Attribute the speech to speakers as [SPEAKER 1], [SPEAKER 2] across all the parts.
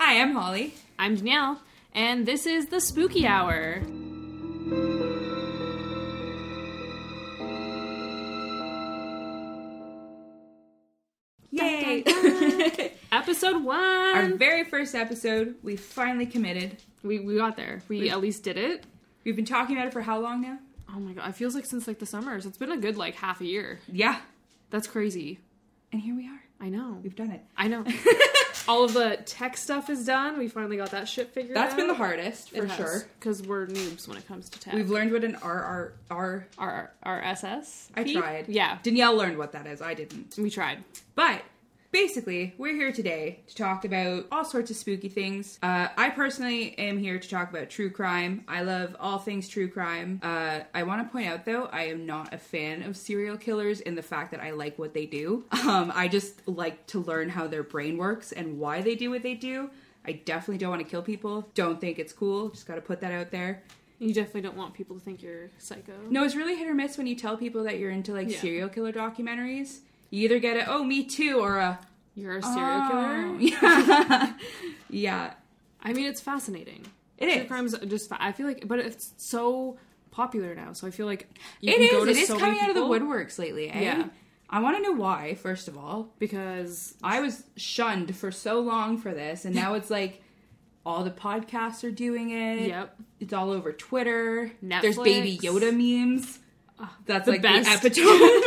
[SPEAKER 1] Hi, I'm Holly.
[SPEAKER 2] I'm Danielle, and this is the Spooky Hour.
[SPEAKER 1] Yay!
[SPEAKER 2] Episode one.
[SPEAKER 1] Our very first episode, we finally committed.
[SPEAKER 2] we we got there. We, at least did it.
[SPEAKER 1] We've been talking about it for how long now?
[SPEAKER 2] Oh my god, it feels like since like the summers. It's been a good like half a year.
[SPEAKER 1] Yeah.
[SPEAKER 2] That's crazy.
[SPEAKER 1] And here we are.
[SPEAKER 2] I know.
[SPEAKER 1] We've done it.
[SPEAKER 2] I know. All of the tech stuff is done. We finally got that shit figured
[SPEAKER 1] That's
[SPEAKER 2] out.
[SPEAKER 1] been the hardest, for sure.
[SPEAKER 2] Because we're noobs when it comes to tech.
[SPEAKER 1] We've learned what an RR.
[SPEAKER 2] our RSS.
[SPEAKER 1] I tried.
[SPEAKER 2] Yeah,
[SPEAKER 1] Danielle learned what that is. I didn't.
[SPEAKER 2] we tried.
[SPEAKER 1] But basically, we're here today to talk about all sorts of spooky things. Uh, I personally am here to talk about true crime. I love all things true crime. Uh, I want to point out, though, I am not a fan of serial killers in the fact that I like what they do. Um, I just like to learn how their brain works and why they do what they do. I definitely don't want to kill people. Don't think it's cool. Just got to put that out there.
[SPEAKER 2] You definitely don't want people to think you're psycho.
[SPEAKER 1] No, it's really hit or miss when you tell people that you're into like
[SPEAKER 2] Yeah.
[SPEAKER 1] serial killer documentaries. You either get a, oh, me too, or a,
[SPEAKER 2] You're a serial
[SPEAKER 1] Oh,
[SPEAKER 2] killer.
[SPEAKER 1] yeah. yeah.
[SPEAKER 2] I mean, it's fascinating.
[SPEAKER 1] It
[SPEAKER 2] True
[SPEAKER 1] is.
[SPEAKER 2] crime's just. Fa- I feel like, but it's so popular now. So I feel like
[SPEAKER 1] It
[SPEAKER 2] you can
[SPEAKER 1] is.
[SPEAKER 2] go to
[SPEAKER 1] It is
[SPEAKER 2] so many
[SPEAKER 1] coming out of the
[SPEAKER 2] people
[SPEAKER 1] woodworks lately, eh?
[SPEAKER 2] Yeah.
[SPEAKER 1] I want to know why, first of all.
[SPEAKER 2] because
[SPEAKER 1] I was shunned for so long for this, and now it's like all the podcasts are doing it.
[SPEAKER 2] Yep.
[SPEAKER 1] It's all over Twitter. There's
[SPEAKER 2] Netflix.
[SPEAKER 1] baby Yoda memes. That's
[SPEAKER 2] the
[SPEAKER 1] like
[SPEAKER 2] best.
[SPEAKER 1] the epitome.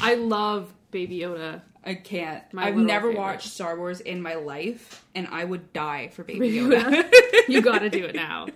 [SPEAKER 2] I love Baby Yoda.
[SPEAKER 1] I can't.
[SPEAKER 2] My
[SPEAKER 1] I've
[SPEAKER 2] literal
[SPEAKER 1] never
[SPEAKER 2] favorite.
[SPEAKER 1] watched Star Wars in my life, and I would die for baby,
[SPEAKER 2] Baby
[SPEAKER 1] Yoda.
[SPEAKER 2] Yoda. you got to do it now.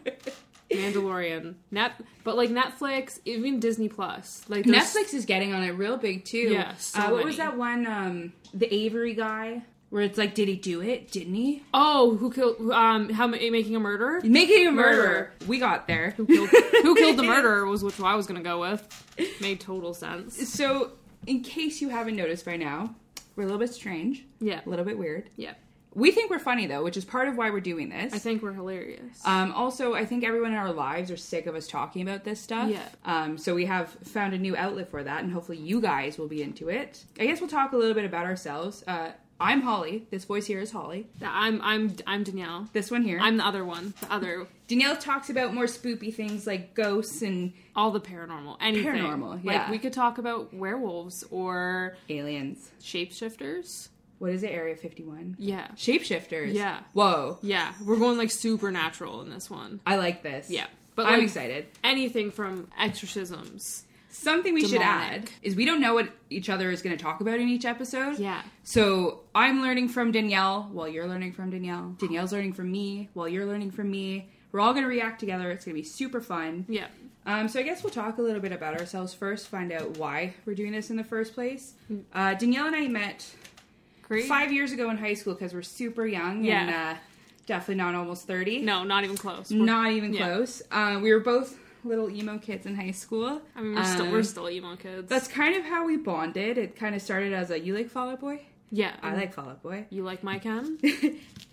[SPEAKER 2] Mandalorian. Net, but like Netflix, even Disney Plus. Like there's-
[SPEAKER 1] Netflix is getting on it real big too.
[SPEAKER 2] Yeah, so
[SPEAKER 1] uh, what
[SPEAKER 2] many.
[SPEAKER 1] was that one? Um, the Avery guy, where it's like, did he do it? Didn't he?
[SPEAKER 2] Oh, who killed? Um, how ma- making a murderer?
[SPEAKER 1] Making a murderer.
[SPEAKER 2] Murderer.
[SPEAKER 1] We got there.
[SPEAKER 2] Who killed, who killed the murderer was which I was gonna go with. Made total sense.
[SPEAKER 1] So, in case you haven't noticed by now, we're a little bit strange,
[SPEAKER 2] Yeah,
[SPEAKER 1] a little bit weird.
[SPEAKER 2] yeah.
[SPEAKER 1] We think we're funny though, which is part of why we're doing this.
[SPEAKER 2] I think we're hilarious.
[SPEAKER 1] Um, also, I think everyone in our lives are sick of us talking about this stuff.
[SPEAKER 2] Yeah.
[SPEAKER 1] Um, so we have found a new outlet for that, and hopefully, you guys will be into it. I guess we'll talk a little bit about ourselves. Uh, I'm Holly. This voice here is Holly.
[SPEAKER 2] I'm I'm I'm Danielle.
[SPEAKER 1] This one here.
[SPEAKER 2] I'm the other one. The other
[SPEAKER 1] Danielle talks about more spoopy things like ghosts and
[SPEAKER 2] all the paranormal. Anything.
[SPEAKER 1] Paranormal,
[SPEAKER 2] Like
[SPEAKER 1] yeah.
[SPEAKER 2] we could talk about werewolves or
[SPEAKER 1] aliens.
[SPEAKER 2] shapeshifters.
[SPEAKER 1] What is it, Area 51?
[SPEAKER 2] Yeah.
[SPEAKER 1] Shapeshifters.
[SPEAKER 2] Yeah.
[SPEAKER 1] Whoa.
[SPEAKER 2] Yeah. We're going like supernatural in this one.
[SPEAKER 1] I like this.
[SPEAKER 2] Yeah.
[SPEAKER 1] But
[SPEAKER 2] But
[SPEAKER 1] I'm
[SPEAKER 2] like-
[SPEAKER 1] excited.
[SPEAKER 2] Anything from exorcisms.
[SPEAKER 1] Something we should
[SPEAKER 2] Demonic.
[SPEAKER 1] add is we don't know what each other is going to talk about in each episode.
[SPEAKER 2] Yeah.
[SPEAKER 1] So I'm learning from Danielle while you're learning from Danielle. Danielle's learning from me while you're learning from me. We're all going to react together. It's going to be super fun.
[SPEAKER 2] Yeah.
[SPEAKER 1] Um, so I guess we'll talk a little bit about ourselves first, find out why we're doing this in the first place.
[SPEAKER 2] Mm.
[SPEAKER 1] Uh, Danielle and I met
[SPEAKER 2] Great.
[SPEAKER 1] five years ago in high school because we're super young
[SPEAKER 2] Yeah.
[SPEAKER 1] and uh, definitely not almost 30.
[SPEAKER 2] No, not even close. We're-
[SPEAKER 1] Not even
[SPEAKER 2] yeah.
[SPEAKER 1] close. Uh, we were both little emo kids in high school.
[SPEAKER 2] I mean, we're still
[SPEAKER 1] Um,
[SPEAKER 2] we're still emo kids.
[SPEAKER 1] That's kind of how we bonded. It kind of started as a you like Fall Out Boy,
[SPEAKER 2] yeah.
[SPEAKER 1] I like Fall Out Boy,
[SPEAKER 2] you like my chem?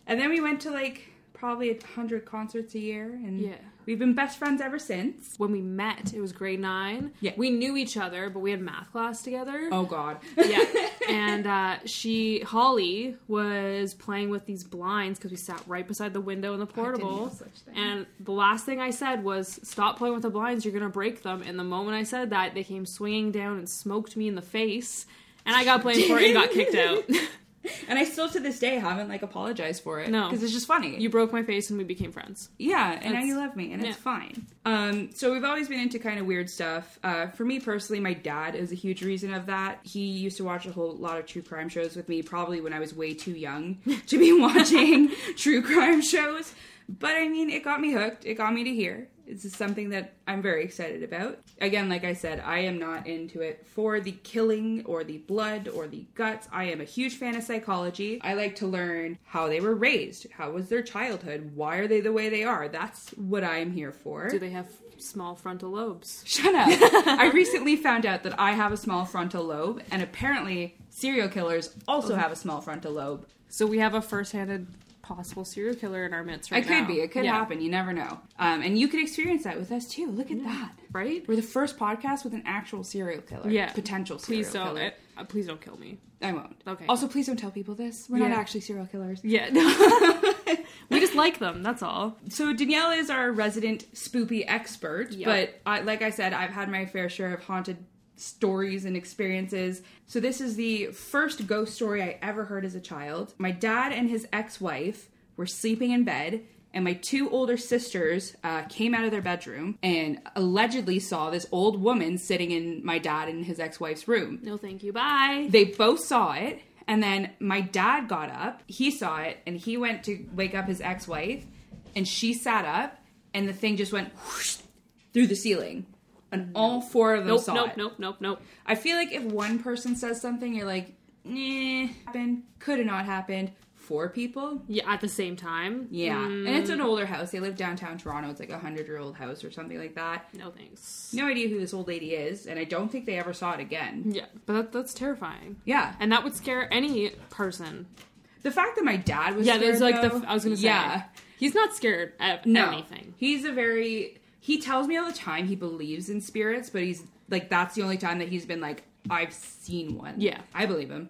[SPEAKER 1] and then we went to like probably a hundred concerts a year, and
[SPEAKER 2] Yeah.
[SPEAKER 1] we've been best friends ever since.
[SPEAKER 2] When we met, it was grade nine.
[SPEAKER 1] Yeah.
[SPEAKER 2] We knew each other, but we had math class together.
[SPEAKER 1] Oh God,
[SPEAKER 2] Yeah. and uh, she, Holly, was playing with these blinds because we sat right beside the window in the portable.
[SPEAKER 1] know such thing.
[SPEAKER 2] And the last thing I said was, "Stop playing with the blinds. You're gonna break them." And the moment I said that, they came swinging down and smoked me in the face. And I got blamed for it and got kicked out.
[SPEAKER 1] and I still to this day haven't like apologized for it.
[SPEAKER 2] No.
[SPEAKER 1] because it's just funny.
[SPEAKER 2] you broke my face, and we became friends.
[SPEAKER 1] Yeah, and now
[SPEAKER 2] That's-
[SPEAKER 1] you love me, and
[SPEAKER 2] yeah.
[SPEAKER 1] it's fine. Um, so we've always been into kind of weird stuff. Uh, for me personally, my dad is a huge reason of that. He used to watch a whole lot of true crime shows with me, probably when I was way too young to be watching true crime shows. But I mean, it got me hooked. It got me to here. This is something that I'm very excited about. Again, like I said, I am not into it for the killing or the blood or the guts. I am a huge fan of psychology. I like to learn how they were raised, how was their childhood, why are they the way they are. That's what I'm here for.
[SPEAKER 2] Do they have small frontal lobes?
[SPEAKER 1] Shut up. I recently found out that I have a small frontal lobe, and apparently serial killers also have a small frontal lobe.
[SPEAKER 2] So we have a first-handed possible serial killer in our midst right
[SPEAKER 1] It could
[SPEAKER 2] now.
[SPEAKER 1] be, it could
[SPEAKER 2] Yeah.
[SPEAKER 1] happen, you never know. Um, and you could experience that with us too. Look at that.
[SPEAKER 2] right?
[SPEAKER 1] We're the first podcast with an actual serial killer.
[SPEAKER 2] Yeah.
[SPEAKER 1] Potential serial
[SPEAKER 2] Please don't.
[SPEAKER 1] killer.
[SPEAKER 2] I- Uh, please don't kill me.
[SPEAKER 1] I won't.
[SPEAKER 2] Okay.
[SPEAKER 1] Also, please don't tell people this. We're
[SPEAKER 2] Yeah.
[SPEAKER 1] not actually serial killers.
[SPEAKER 2] yeah. we just like them. That's all.
[SPEAKER 1] So Danielle is our resident spoopy expert,
[SPEAKER 2] Yep.
[SPEAKER 1] but I, like I said, I've had my fair share of haunted stories and experiences. So this is the first ghost story I ever heard as a child. My dad and his ex-wife were sleeping in bed. And my two older sisters uh, came out of their bedroom and allegedly saw this old woman sitting in my dad and his ex wife's room.
[SPEAKER 2] No, thank you. Bye.
[SPEAKER 1] They both saw it, and then my dad got up. He saw it, and he went to wake up his ex-wife, and she sat up, and the thing just went whoosh through the ceiling, and all four of them
[SPEAKER 2] Nope.
[SPEAKER 1] saw
[SPEAKER 2] Nope.
[SPEAKER 1] it.
[SPEAKER 2] Nope. Nope. Nope.
[SPEAKER 1] I feel like if one person says something, you're like, "Nah, happened, could have not happened." Four people,
[SPEAKER 2] Yeah. At the same time.
[SPEAKER 1] yeah,
[SPEAKER 2] Mm,
[SPEAKER 1] and it's an older house. They live downtown Toronto. It's like a hundred-year-old house or something like that.
[SPEAKER 2] Mm, no thanks.
[SPEAKER 1] No idea who this old lady is, and I don't think they ever saw it again.
[SPEAKER 2] Yeah, but that, that's terrifying.
[SPEAKER 1] Yeah,
[SPEAKER 2] And that would scare any person.
[SPEAKER 1] The fact that my dad was
[SPEAKER 2] Yeah,
[SPEAKER 1] scared,
[SPEAKER 2] there's like the.
[SPEAKER 1] though-
[SPEAKER 2] f- I was gonna say.
[SPEAKER 1] yeah
[SPEAKER 2] He's not scared of
[SPEAKER 1] no
[SPEAKER 2] anything.
[SPEAKER 1] he's a very he tells me all the time he believes in spirits but he's like that's the only time that he's been like I've seen one
[SPEAKER 2] Yeah.
[SPEAKER 1] I believe him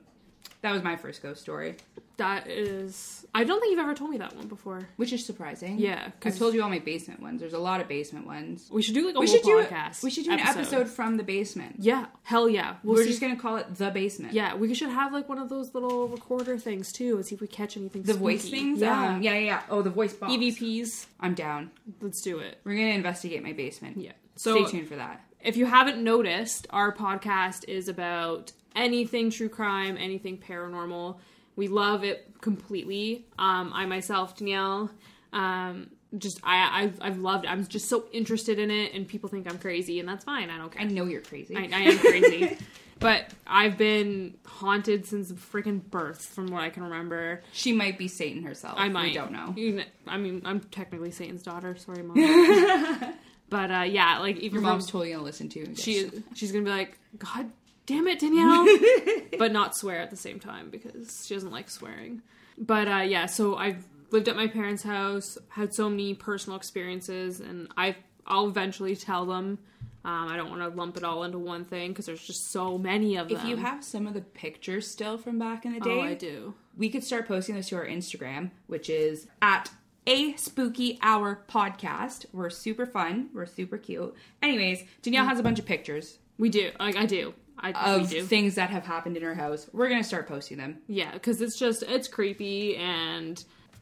[SPEAKER 1] that was my first ghost story
[SPEAKER 2] That is. I don't think you've ever told me that one before.
[SPEAKER 1] which is surprising
[SPEAKER 2] Yeah,
[SPEAKER 1] I've told you all my basement ones there's a lot of basement ones
[SPEAKER 2] We should do like a
[SPEAKER 1] we
[SPEAKER 2] whole
[SPEAKER 1] should do
[SPEAKER 2] podcast.
[SPEAKER 1] we should do an episode from the basement
[SPEAKER 2] Yeah, hell yeah. We'll
[SPEAKER 1] we're
[SPEAKER 2] see-
[SPEAKER 1] just gonna call it the basement
[SPEAKER 2] yeah, we should have like one of those little recorder things too, and see if we catch anything.
[SPEAKER 1] the voice
[SPEAKER 2] spooky.
[SPEAKER 1] things
[SPEAKER 2] Yeah.
[SPEAKER 1] um, yeah yeah yeah oh the voice box
[SPEAKER 2] EVPs.
[SPEAKER 1] I'm down
[SPEAKER 2] Let's do it.
[SPEAKER 1] we're gonna investigate my basement
[SPEAKER 2] Yeah.
[SPEAKER 1] stay
[SPEAKER 2] So
[SPEAKER 1] tuned for that
[SPEAKER 2] if you haven't noticed, our podcast is about anything true crime, anything paranormal. We love it completely. Um, I myself, Danielle, um, just I, I've, I've loved. It. I'm just so interested in it, and people think I'm crazy, and that's fine. I don't
[SPEAKER 1] I
[SPEAKER 2] care.
[SPEAKER 1] know you're crazy
[SPEAKER 2] I, I am crazy, but I've been haunted since freaking birth, from what I can remember.
[SPEAKER 1] She might be Satan herself.
[SPEAKER 2] I might.
[SPEAKER 1] We don't know.
[SPEAKER 2] You kn- I mean, I'm technically Satan's daughter. Sorry, mom. but uh, yeah, like even
[SPEAKER 1] Your
[SPEAKER 2] from-
[SPEAKER 1] mom's totally gonna listen to you. and get
[SPEAKER 2] she
[SPEAKER 1] s-
[SPEAKER 2] she's gonna be like, God damn it, Danielle, but not swear at the same time because she doesn't like swearing. But uh, yeah, so I've lived at my parents' house, had so many personal experiences, and I I'll eventually tell them. Um, I don't want to lump it all into one thing because there's just so many of them.
[SPEAKER 1] If you have some of the pictures still from back in the day,
[SPEAKER 2] oh, I do.
[SPEAKER 1] we could start posting those to our Instagram, which is at a spooky hour podcast. We're super fun. We're super cute. Anyways, Danielle has a bunch of pictures
[SPEAKER 2] We do. Like I do. I we
[SPEAKER 1] of
[SPEAKER 2] do.
[SPEAKER 1] things that have happened in our house. We're gonna start posting them.
[SPEAKER 2] Yeah, because it's just it's creepy and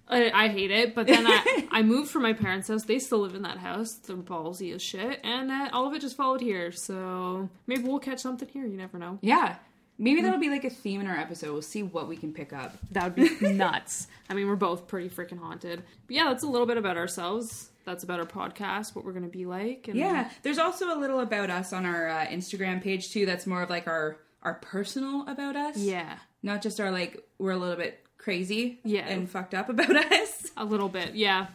[SPEAKER 2] I, I hate it. But then I I moved from my parents' house. They still live in that house. They're ballsy as shit, and uh, all of it just followed here. So maybe we'll catch something here. You never know.
[SPEAKER 1] Yeah. Maybe that'll be like a theme in our episode. We'll see what we can pick up.
[SPEAKER 2] That would be nuts. I mean, we're both pretty freaking haunted. But yeah, that's a little bit about ourselves. That's about our podcast, what we're gonna be like. And
[SPEAKER 1] Yeah, there's also a little about us on our uh, Instagram page too. That's more of like our our personal about us.
[SPEAKER 2] yeah,
[SPEAKER 1] not just our like we're a little bit crazy
[SPEAKER 2] Yeah.
[SPEAKER 1] and fucked up about us
[SPEAKER 2] a little bit. Yeah,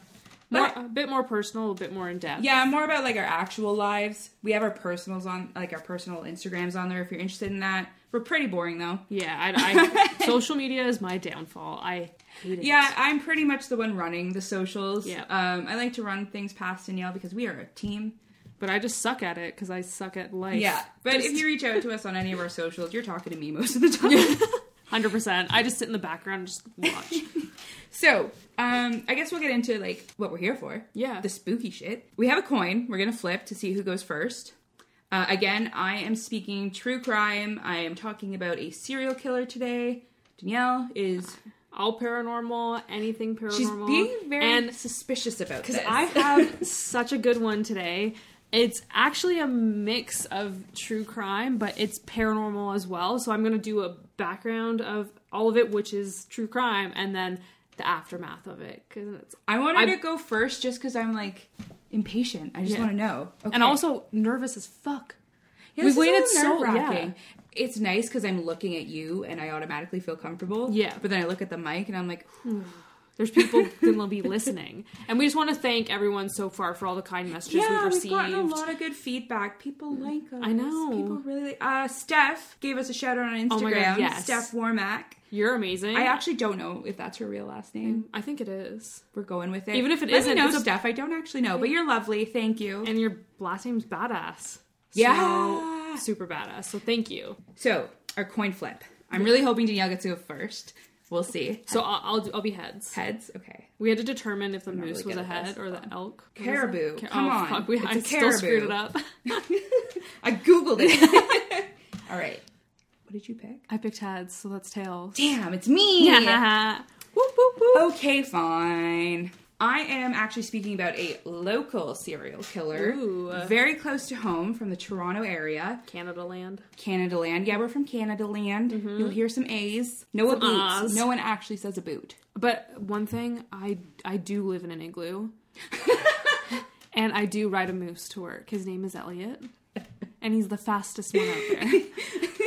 [SPEAKER 2] more,
[SPEAKER 1] But-
[SPEAKER 2] a bit more personal, a bit more in depth.
[SPEAKER 1] yeah more about like our actual lives we have our personals on like our personal instagrams on there if you're interested in that we're pretty boring though
[SPEAKER 2] yeah. I, I, social media is my downfall. I hate it.
[SPEAKER 1] yeah i'm pretty much the one running the socials
[SPEAKER 2] Yeah.
[SPEAKER 1] um i like to run things past danielle because we are a team
[SPEAKER 2] But I just suck at it because I suck at life.
[SPEAKER 1] yeah but if you reach out to us on any of our socials you're talking to me most of the time
[SPEAKER 2] hundred percent, I just sit in the background and just watch.
[SPEAKER 1] so um i guess we'll get into like what we're here for
[SPEAKER 2] Yeah.
[SPEAKER 1] the spooky shit. We have a coin. We're gonna flip to see who goes first. Uh, again, I am speaking true crime. I am talking about a serial killer today. Danielle is
[SPEAKER 2] all paranormal, anything paranormal.
[SPEAKER 1] she's being very
[SPEAKER 2] and
[SPEAKER 1] suspicious about this.
[SPEAKER 2] because I have such a good one today. It's actually a mix of true crime, but it's paranormal as well. So I'm gonna do a background of all of it, which is true crime, and then the aftermath of it. Cause it's,
[SPEAKER 1] I wanted
[SPEAKER 2] I-
[SPEAKER 1] to go first just because I'm like impatient. I just
[SPEAKER 2] Yeah.
[SPEAKER 1] want to know. Okay.
[SPEAKER 2] and also nervous as fuck.
[SPEAKER 1] yeah,
[SPEAKER 2] we
[SPEAKER 1] this is a
[SPEAKER 2] waited
[SPEAKER 1] little
[SPEAKER 2] so- yeah.
[SPEAKER 1] nerve-wracking. It's nice because I'm looking at you and I automatically feel comfortable.
[SPEAKER 2] Yeah.
[SPEAKER 1] But then I look at the mic and I'm like,
[SPEAKER 2] There's people who will be listening, and we just want to thank everyone so far for all the kind messages
[SPEAKER 1] yeah,
[SPEAKER 2] we've
[SPEAKER 1] we've
[SPEAKER 2] received. Mm.
[SPEAKER 1] gotten a lot of good feedback. People like us.
[SPEAKER 2] I know.
[SPEAKER 1] People really like. Uh, Steph gave us a shout out on Instagram.
[SPEAKER 2] Oh my God, yes.
[SPEAKER 1] Steph Warmack.
[SPEAKER 2] You're amazing.
[SPEAKER 1] I actually don't know if that's her real last name.
[SPEAKER 2] I think it is.
[SPEAKER 1] We're going with it.
[SPEAKER 2] Mm. Even if it
[SPEAKER 1] Let
[SPEAKER 2] isn't,
[SPEAKER 1] me know,
[SPEAKER 2] it's a-
[SPEAKER 1] Steph. I don't actually know, but you're lovely. Thank you.
[SPEAKER 2] And your last name's badass. So,
[SPEAKER 1] Yeah.
[SPEAKER 2] super badass. So thank you.
[SPEAKER 1] so our coin flip. I'm really hoping Danielle gets to go first. We'll see.
[SPEAKER 2] So I'll I'll, do, I'll be heads.
[SPEAKER 1] Heads, okay.
[SPEAKER 2] We had to determine if the
[SPEAKER 1] not
[SPEAKER 2] moose
[SPEAKER 1] really good
[SPEAKER 2] was a
[SPEAKER 1] at
[SPEAKER 2] head
[SPEAKER 1] this,
[SPEAKER 2] or the
[SPEAKER 1] though.
[SPEAKER 2] elk.
[SPEAKER 1] Caribou,
[SPEAKER 2] What is it? Ca- oh,
[SPEAKER 1] come on.
[SPEAKER 2] Fuck, we,
[SPEAKER 1] It's
[SPEAKER 2] I
[SPEAKER 1] a
[SPEAKER 2] still screwed
[SPEAKER 1] caribou.
[SPEAKER 2] it up.
[SPEAKER 1] I googled it. All right. What did you pick?
[SPEAKER 2] I picked heads, so that's tails.
[SPEAKER 1] Damn, it's me.
[SPEAKER 2] Yeah. whoop whoop whoop.
[SPEAKER 1] Okay, fine. I am actually speaking about a local serial killer,
[SPEAKER 2] Ooh.
[SPEAKER 1] very close to home from the Toronto area,
[SPEAKER 2] Canada land.
[SPEAKER 1] Canada land. Yeah, we're from Canada land. You'll hear some A's. No
[SPEAKER 2] Mm-hmm. Some
[SPEAKER 1] aboots.
[SPEAKER 2] ahs.
[SPEAKER 1] No one actually says a boot.
[SPEAKER 2] But one thing, I I do live in an igloo, and I do ride a moose to work. His name is Elliot, and he's the fastest one out there.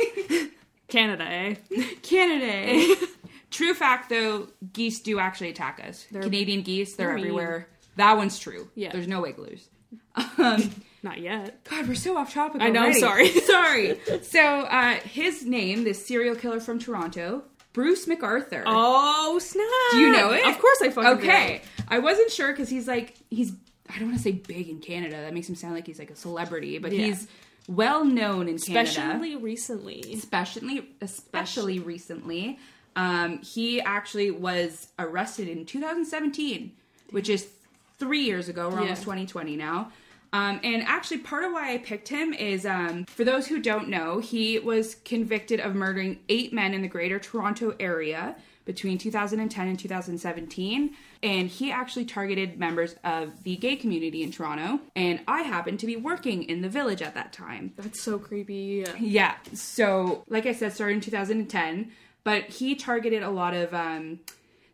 [SPEAKER 2] Canada, eh?
[SPEAKER 1] Canada. true fact though, geese do actually attack us.
[SPEAKER 2] They're-
[SPEAKER 1] Canadian geese, they're,
[SPEAKER 2] they're mean.
[SPEAKER 1] everywhere. That one's true.
[SPEAKER 2] Yeah.
[SPEAKER 1] There's no igloos. Um,
[SPEAKER 2] Not yet.
[SPEAKER 1] God, we're so off topic.
[SPEAKER 2] I know,
[SPEAKER 1] already.
[SPEAKER 2] sorry.
[SPEAKER 1] sorry. So uh, his name, this serial killer from Toronto, Bruce MacArthur.
[SPEAKER 2] Oh snap!
[SPEAKER 1] Do you know it?
[SPEAKER 2] Of course, I fucking do.
[SPEAKER 1] Okay. I wasn't sure because he's like he's I don't want to say big in Canada. That makes him sound like he's like a celebrity, but
[SPEAKER 2] Yeah.
[SPEAKER 1] he's well known in Canada,
[SPEAKER 2] Especially recently.
[SPEAKER 1] especially especially recently. Um, he actually was arrested in 2017, which is three years ago. We're
[SPEAKER 2] Yeah.
[SPEAKER 1] almost 2020 now. Um, and actually, part of why I picked him is um, for those who don't know, he was convicted of murdering eight men in the greater Toronto area between 2010 and 2017. And he actually targeted members of the gay community in Toronto. And I happened to be working in the village at that time.
[SPEAKER 2] That's so creepy.
[SPEAKER 1] Yeah. So, like I said, started in 2010, but he targeted a lot of um,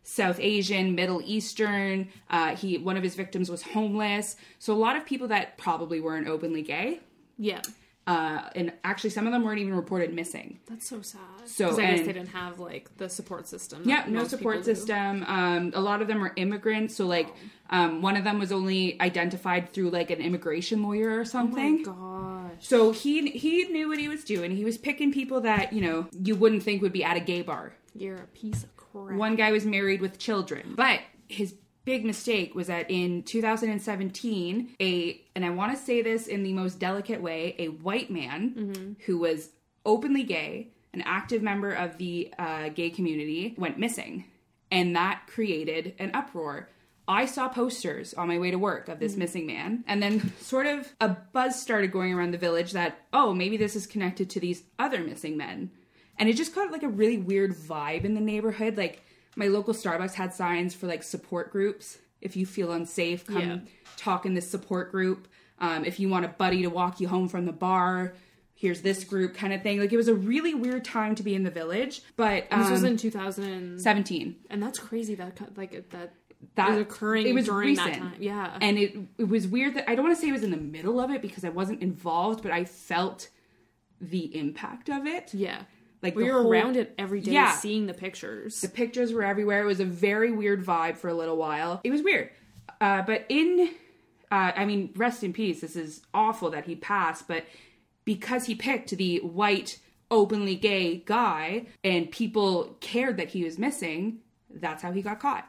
[SPEAKER 1] South Asian, Middle Eastern. Uh, he one of his victims was homeless, so a lot of people that probably weren't openly gay,
[SPEAKER 2] Yeah,
[SPEAKER 1] uh, and actually some of them weren't even reported missing.
[SPEAKER 2] that's so sad.
[SPEAKER 1] So,
[SPEAKER 2] 'Cause I guess
[SPEAKER 1] and-
[SPEAKER 2] they didn't have like the support system.
[SPEAKER 1] Yeah,
[SPEAKER 2] that
[SPEAKER 1] no
[SPEAKER 2] most
[SPEAKER 1] support
[SPEAKER 2] people do.
[SPEAKER 1] system. Um, a lot of them were immigrants, so like um, one of them was only identified through like an immigration lawyer or
[SPEAKER 2] Oh
[SPEAKER 1] something.
[SPEAKER 2] my gosh.
[SPEAKER 1] So he he knew what he was doing. He was picking people that you know you wouldn't think would be at a gay bar.
[SPEAKER 2] You're a piece of crap.
[SPEAKER 1] One guy was married with children. But his big mistake was that in 2017, a and I want to say this in the most delicate way, a white man who was openly gay, an active member of the uh, gay community, went missing, and that created an uproar. I saw posters on my way to work of
[SPEAKER 2] Hmm.
[SPEAKER 1] this missing man, and then sort of a buzz started going around the village that, oh, maybe this is connected to these other missing men and it just got like a really weird vibe in the neighborhood like my local starbucks had signs for like support groups if you feel unsafe come
[SPEAKER 2] Yeah.
[SPEAKER 1] talk in this support group um, if you want a buddy to walk you home from the bar here's this group kind of thing like it was a really weird time to be in the village but um,
[SPEAKER 2] This was in 2007,
[SPEAKER 1] 17
[SPEAKER 2] and that's crazy. That co- like it-
[SPEAKER 1] That-
[SPEAKER 2] that that was occurring.
[SPEAKER 1] it was
[SPEAKER 2] during that
[SPEAKER 1] recent.
[SPEAKER 2] time. Yeah,
[SPEAKER 1] and it, it was weird that i don't want to say it was in the middle of it because i wasn't involved but i felt the impact of it
[SPEAKER 2] yeah.
[SPEAKER 1] like
[SPEAKER 2] Well,
[SPEAKER 1] the
[SPEAKER 2] you're
[SPEAKER 1] whole-
[SPEAKER 2] around it every day,
[SPEAKER 1] Yeah.
[SPEAKER 2] seeing the pictures.
[SPEAKER 1] The pictures were everywhere. It was a very weird vibe for a little while. It was weird. Uh, but in, uh, I mean, rest in peace. This is awful that he passed, but because he picked the white, openly gay guy and people cared that he was missing, that's how he got caught.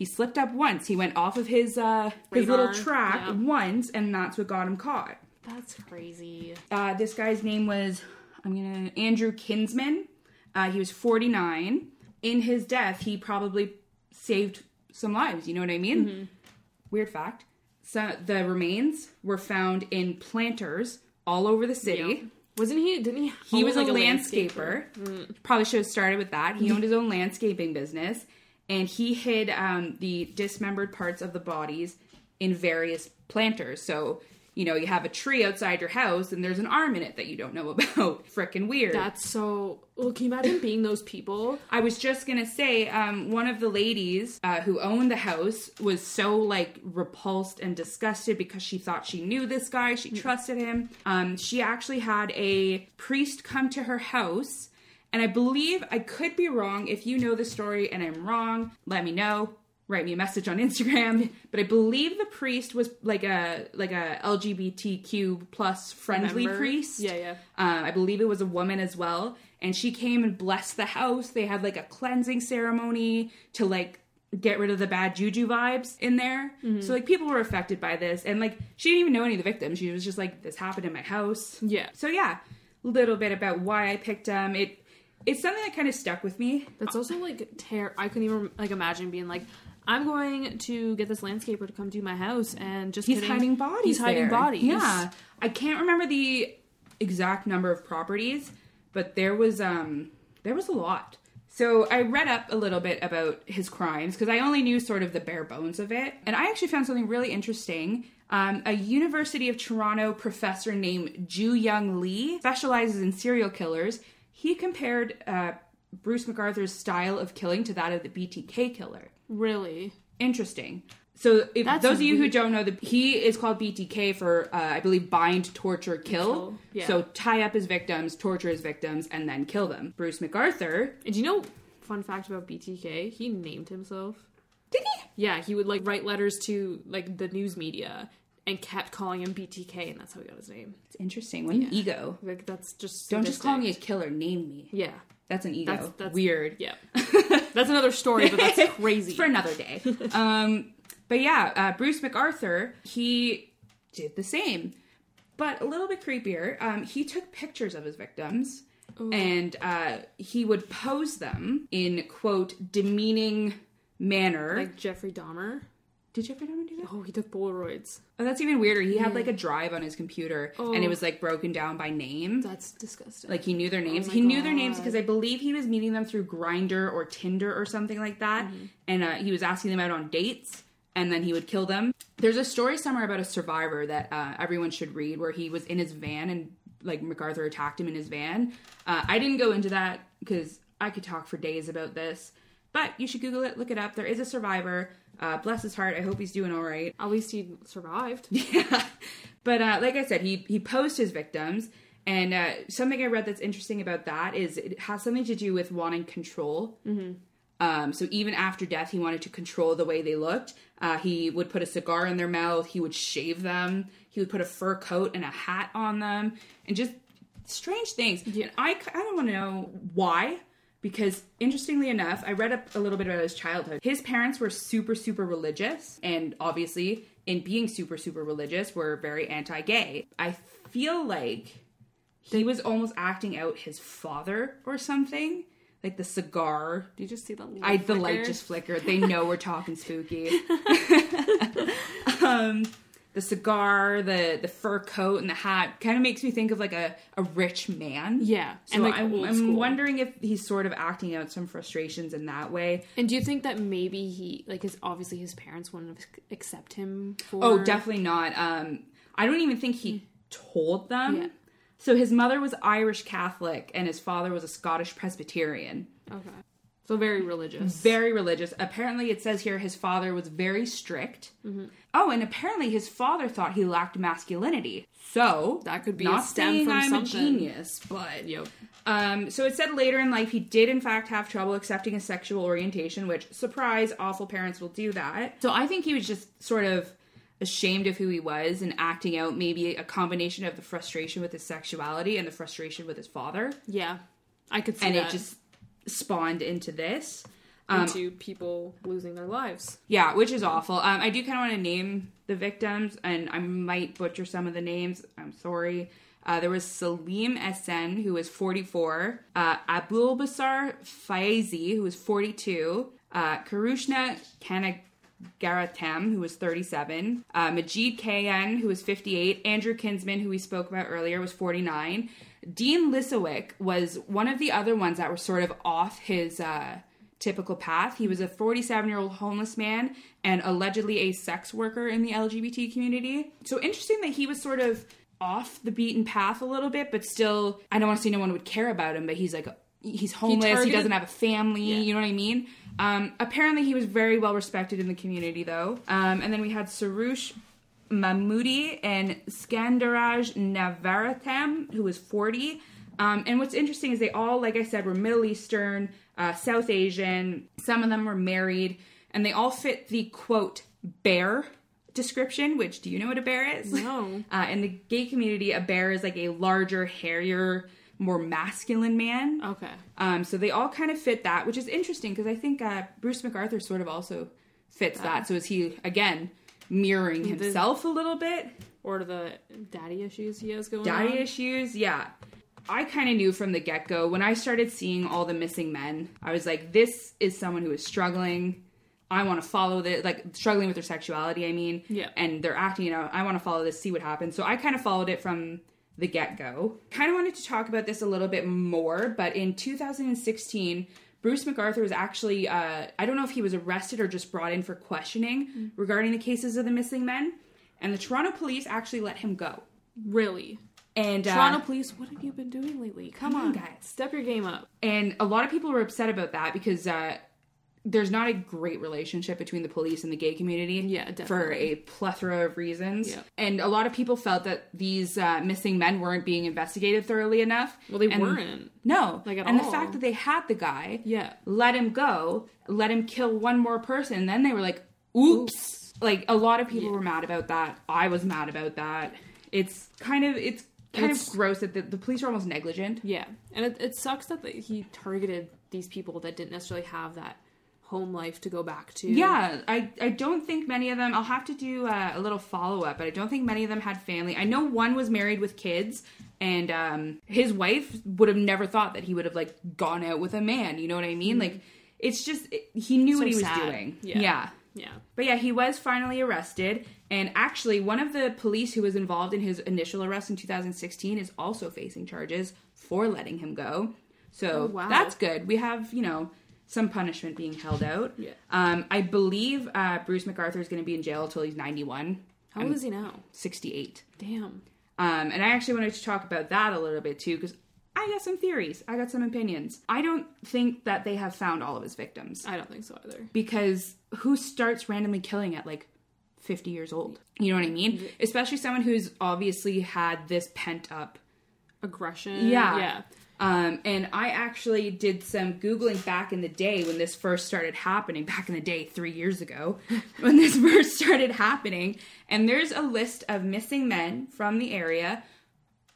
[SPEAKER 1] He slipped up once. He went off of his uh, his
[SPEAKER 2] Radar,
[SPEAKER 1] little track
[SPEAKER 2] yeah.
[SPEAKER 1] once, and that's what got him caught.
[SPEAKER 2] That's crazy.
[SPEAKER 1] Uh, this guy's name was I'm gonna Andrew Kinsman. Uh, he was 49. In his death, he probably saved some lives. You know what I mean? Weird fact. So the remains were found in planters all over the city.
[SPEAKER 2] Wasn't he? Didn't he?
[SPEAKER 1] He
[SPEAKER 2] own,
[SPEAKER 1] was
[SPEAKER 2] like,
[SPEAKER 1] a landscaper. Mm. Mm-hmm. Probably should have started with that. He owned his own landscaping business, and he hid um, the dismembered parts of the bodies in various planters. So you know, you have a tree outside your house, and there's an arm in it that you don't know about. Frickin' weird.
[SPEAKER 2] That's so. Well, can you imagine being those people?
[SPEAKER 1] I was just gonna say, um, one of the ladies uh, who owned the house was so like repulsed and disgusted because she thought she knew this guy, she trusted him. Um, she actually had a priest come to her house, and I believe I could be wrong. If you know the story and I'm wrong, let me know. Write me a message on Instagram. But I believe the priest was like a like a LGBTQ plus friendly
[SPEAKER 2] Remember?
[SPEAKER 1] priest.
[SPEAKER 2] Yeah, yeah.
[SPEAKER 1] Um, I believe it was a woman as well, and she came and blessed the house. They had like a cleansing ceremony to like get rid of the bad juju vibes in there. So like people were affected by this, and like she didn't even know any of the victims. She was just like, "This happened in my house."
[SPEAKER 2] Yeah.
[SPEAKER 1] So yeah, a little bit about why I picked him. It It's something that kind of stuck with me.
[SPEAKER 2] That's also like ter. I couldn't even like imagine being like, I'm going to get this landscaper to come do my house and just
[SPEAKER 1] He's
[SPEAKER 2] kidding.
[SPEAKER 1] hiding bodies.
[SPEAKER 2] He's hiding
[SPEAKER 1] there.
[SPEAKER 2] bodies.
[SPEAKER 1] Yeah, I can't remember the exact number of properties, but there was um there was a lot. So I read up a little bit about his crimes because I only knew sort of the bare bones of it, and I actually found something really interesting. Um, a University of Toronto professor named Ju Young Lee specializes in serial killers. He compared uh, Bruce MacArthur's style of killing to that of the BTK killer
[SPEAKER 2] Really.
[SPEAKER 1] interesting. So if
[SPEAKER 2] That's
[SPEAKER 1] those of you who
[SPEAKER 2] weird.
[SPEAKER 1] don't know, the, he is called BTK for uh, I believe bind, torture, kill.
[SPEAKER 2] Kill, yeah.
[SPEAKER 1] So tie up his victims, torture his victims, and then kill them. Bruce MacArthur,
[SPEAKER 2] And do you know, fun fact about BTK, he named himself.
[SPEAKER 1] did he?
[SPEAKER 2] Yeah, he would like write letters to like the news media and kept calling him BTK, and that's how he got his name.
[SPEAKER 1] It's interesting. What an ego.
[SPEAKER 2] Like that's just
[SPEAKER 1] Don't just call me a
[SPEAKER 2] sadistic.
[SPEAKER 1] killer. Name me.
[SPEAKER 2] Yeah,
[SPEAKER 1] That's an ego.
[SPEAKER 2] That's- that's-
[SPEAKER 1] Weird.
[SPEAKER 2] yeah. that's another story, but that's crazy.
[SPEAKER 1] It's for another day. um, but yeah, uh, Bruce MacArthur, he did the same, but a little bit creepier. Um, he took pictures of his victims and uh, he would pose them in, quote, demeaning manner.
[SPEAKER 2] like Jeffrey Dahmer.
[SPEAKER 1] did Jeffrey Dahmer do that?
[SPEAKER 2] Oh, he took Polaroids.
[SPEAKER 1] Oh, that's even weirder. He had like a drive on his computer and it
[SPEAKER 2] Oh.
[SPEAKER 1] was like broken down by name.
[SPEAKER 2] That's disgusting.
[SPEAKER 1] Like he knew their names.
[SPEAKER 2] Oh my
[SPEAKER 1] he knew their names
[SPEAKER 2] God.
[SPEAKER 1] because I believe he was meeting them through Grinder or Tinder or something like that,
[SPEAKER 2] Mm-hmm.
[SPEAKER 1] and uh, he was asking them out on dates, and then he would kill them. There's a story somewhere about a survivor that uh, everyone should read, where he was in his van and like MacArthur attacked him in his van. Uh, I didn't go into that because I could talk for days about this, but you should Google it, look it up. There is a survivor. Uh, bless his heart. I hope he's doing all right.
[SPEAKER 2] At least he survived.
[SPEAKER 1] Yeah. But uh, like I said, he he posed his victims, and uh, something I read that's interesting about that is it has something to do with wanting control. Mm-hmm. Um, so even after death, he wanted to control the way they looked. Uh, he would put a cigar in their mouth. He would shave them. He would put a fur coat and a hat on them, and just strange things. And I kind of want to know why. Because interestingly enough, I read up a little bit about his childhood. His parents were super, super religious, and obviously, in being super, super religious, were very anti gay. I feel like he was almost acting out his father or something, like the cigar
[SPEAKER 2] Do you just see the light?
[SPEAKER 1] I the light
[SPEAKER 2] flicker?
[SPEAKER 1] just flickered. They know we're talking spooky. um, the cigar, the the fur coat, and the hat kind of makes me think of like a a rich man.
[SPEAKER 2] Yeah,
[SPEAKER 1] So
[SPEAKER 2] and like
[SPEAKER 1] I'm,
[SPEAKER 2] old
[SPEAKER 1] I'm
[SPEAKER 2] school.
[SPEAKER 1] wondering if he's sort of acting out some frustrations in that way.
[SPEAKER 2] And do you think that maybe he like his obviously his parents wouldn't ac- accept him? For,
[SPEAKER 1] Oh, definitely not. Um, I don't even think he told them.
[SPEAKER 2] Hmm. Yeah.
[SPEAKER 1] So his mother was Irish Catholic and his father was a Scottish Presbyterian.
[SPEAKER 2] Okay, so very religious.
[SPEAKER 1] very religious. Apparently, it says here his father was very strict. Oh, and apparently his father thought he lacked masculinity. So
[SPEAKER 2] That could be
[SPEAKER 1] not
[SPEAKER 2] a stem
[SPEAKER 1] saying
[SPEAKER 2] from
[SPEAKER 1] I'm
[SPEAKER 2] something.
[SPEAKER 1] a genius, but
[SPEAKER 2] Yep.
[SPEAKER 1] um, so it said later in life he did in fact have trouble accepting his sexual orientation, which surprise, awful parents will do that. So I think he was just sort of ashamed of who he was and acting out maybe a combination of the frustration with his sexuality and the frustration with his father,
[SPEAKER 2] Yeah, I could see
[SPEAKER 1] and
[SPEAKER 2] that.
[SPEAKER 1] it just spawned into this.
[SPEAKER 2] into people losing their lives.
[SPEAKER 1] Yeah, which is awful. Um, I do kind of want to name the victims, and I might butcher some of the names. I'm sorry. Uh, there was Salim Essen, who was 44, uh, Abul Basar Faizi, who was 42, uh, Karushna Kanagaratam, who was 37, uh, Majid K.N., who was 58, Andrew Kinsman, who we spoke about earlier, was 49. Dean Lisowick was one of the other ones that were sort of off his. Uh, typical path. He was a 47 year old homeless man and allegedly a sex worker in the LGBT community. So interesting that he was sort of off the beaten path a little bit, but still, I don't want to say no one would care about him, but he's like, he's homeless, he,
[SPEAKER 2] targeted-
[SPEAKER 1] doesn't have a family, you know what I mean? Um, apparently, he was very well respected in the community though. Um, and then we had Sarush. Mahmoudi and Skandaraj Navaratam, who was 40. Um, and what's interesting is they all, like I said, were Middle Eastern, uh, South Asian. Some of them were married, and they all fit the quote bear description. Which do you know what a bear is?
[SPEAKER 2] No.
[SPEAKER 1] Uh, in the gay community, a bear is like a larger, hairier, more masculine man.
[SPEAKER 2] Okay,
[SPEAKER 1] Um, so they all kind of fit that, which is interesting because I think uh, Bruce MacArthur sort of also fits that. So is he again mirroring himself a little bit?
[SPEAKER 2] or the daddy issues he has going
[SPEAKER 1] Daddy
[SPEAKER 2] on.
[SPEAKER 1] issues, yeah. I kind of knew from the get go when I started seeing all the missing men, I was like, this is someone who is struggling. I want to follow this, like struggling with their sexuality, I mean.
[SPEAKER 2] Yeah.
[SPEAKER 1] And they're acting out. I want to follow this, see what happens. So I kind of followed it from the get go. Kind of wanted to talk about this a little bit more, but in 2016, Bruce MacArthur was actually, uh, I don't know if he was arrested or just brought in for questioning
[SPEAKER 2] Mm.
[SPEAKER 1] regarding the cases of the missing men. And the Toronto police actually let him go.
[SPEAKER 2] Really.
[SPEAKER 1] And uh,
[SPEAKER 2] Toronto police, what have you been doing lately? Come
[SPEAKER 1] Come on,
[SPEAKER 2] on,
[SPEAKER 1] guys.
[SPEAKER 2] Step your game up.
[SPEAKER 1] and a lot of people were upset about that because uh, there's not a great relationship between the police and the gay community
[SPEAKER 2] Yeah,
[SPEAKER 1] for
[SPEAKER 2] definitely.
[SPEAKER 1] a plethora of reasons
[SPEAKER 2] Yeah.
[SPEAKER 1] and a lot of people felt that these uh, missing men weren't being investigated thoroughly enough
[SPEAKER 2] Well, they
[SPEAKER 1] And-
[SPEAKER 2] weren't.
[SPEAKER 1] no
[SPEAKER 2] Like, at
[SPEAKER 1] and the
[SPEAKER 2] all.
[SPEAKER 1] fact that they had the guy
[SPEAKER 2] Yeah.
[SPEAKER 1] let him go let him kill one more person and then they were like oops, like a lot of people were mad about that i was mad about that it's kind of it's kind
[SPEAKER 2] It's-
[SPEAKER 1] of gross that the, the police are almost negligent
[SPEAKER 2] Yeah, and it, it sucks that the, he targeted these people that didn't necessarily have that home life to go back to.
[SPEAKER 1] Yeah, I, I don't think many of them. I'll have to do uh, a little follow up, but I don't think many of them had family. I know one was married with kids, and um, his wife would have never thought that he would have like gone out with a man. You know what I mean? Like, it's just it- he knew what
[SPEAKER 2] Mm-hmm. So
[SPEAKER 1] he was
[SPEAKER 2] sad.
[SPEAKER 1] doing.
[SPEAKER 2] Yeah.
[SPEAKER 1] yeah,
[SPEAKER 2] yeah,
[SPEAKER 1] but yeah, he was finally arrested, and actually, one of the police who was involved in his initial arrest in 2016 is also facing charges for letting him go. So
[SPEAKER 2] Oh, wow.
[SPEAKER 1] that's good. We have you know some punishment being held out.
[SPEAKER 2] Yeah.
[SPEAKER 1] Um, I believe uh, Bruce MacArthur is going to be in jail till he's 91,
[SPEAKER 2] How old is he now?
[SPEAKER 1] 68.
[SPEAKER 2] Damn.
[SPEAKER 1] Um, and I actually wanted to talk about that a little bit too, because I got some theories. I got some opinions. I don't think that they have found all of his victims
[SPEAKER 2] I don't think so either.
[SPEAKER 1] because who starts randomly killing at like 50 years old? You know what I mean? Especially someone who's obviously had this pent up.
[SPEAKER 2] Aggression.
[SPEAKER 1] Yeah.
[SPEAKER 2] Yeah.
[SPEAKER 1] Um, and I actually did some Googling back in the day when this first started happening, back in the day, three years ago, when this first started happening. And there's a list of missing men from the area,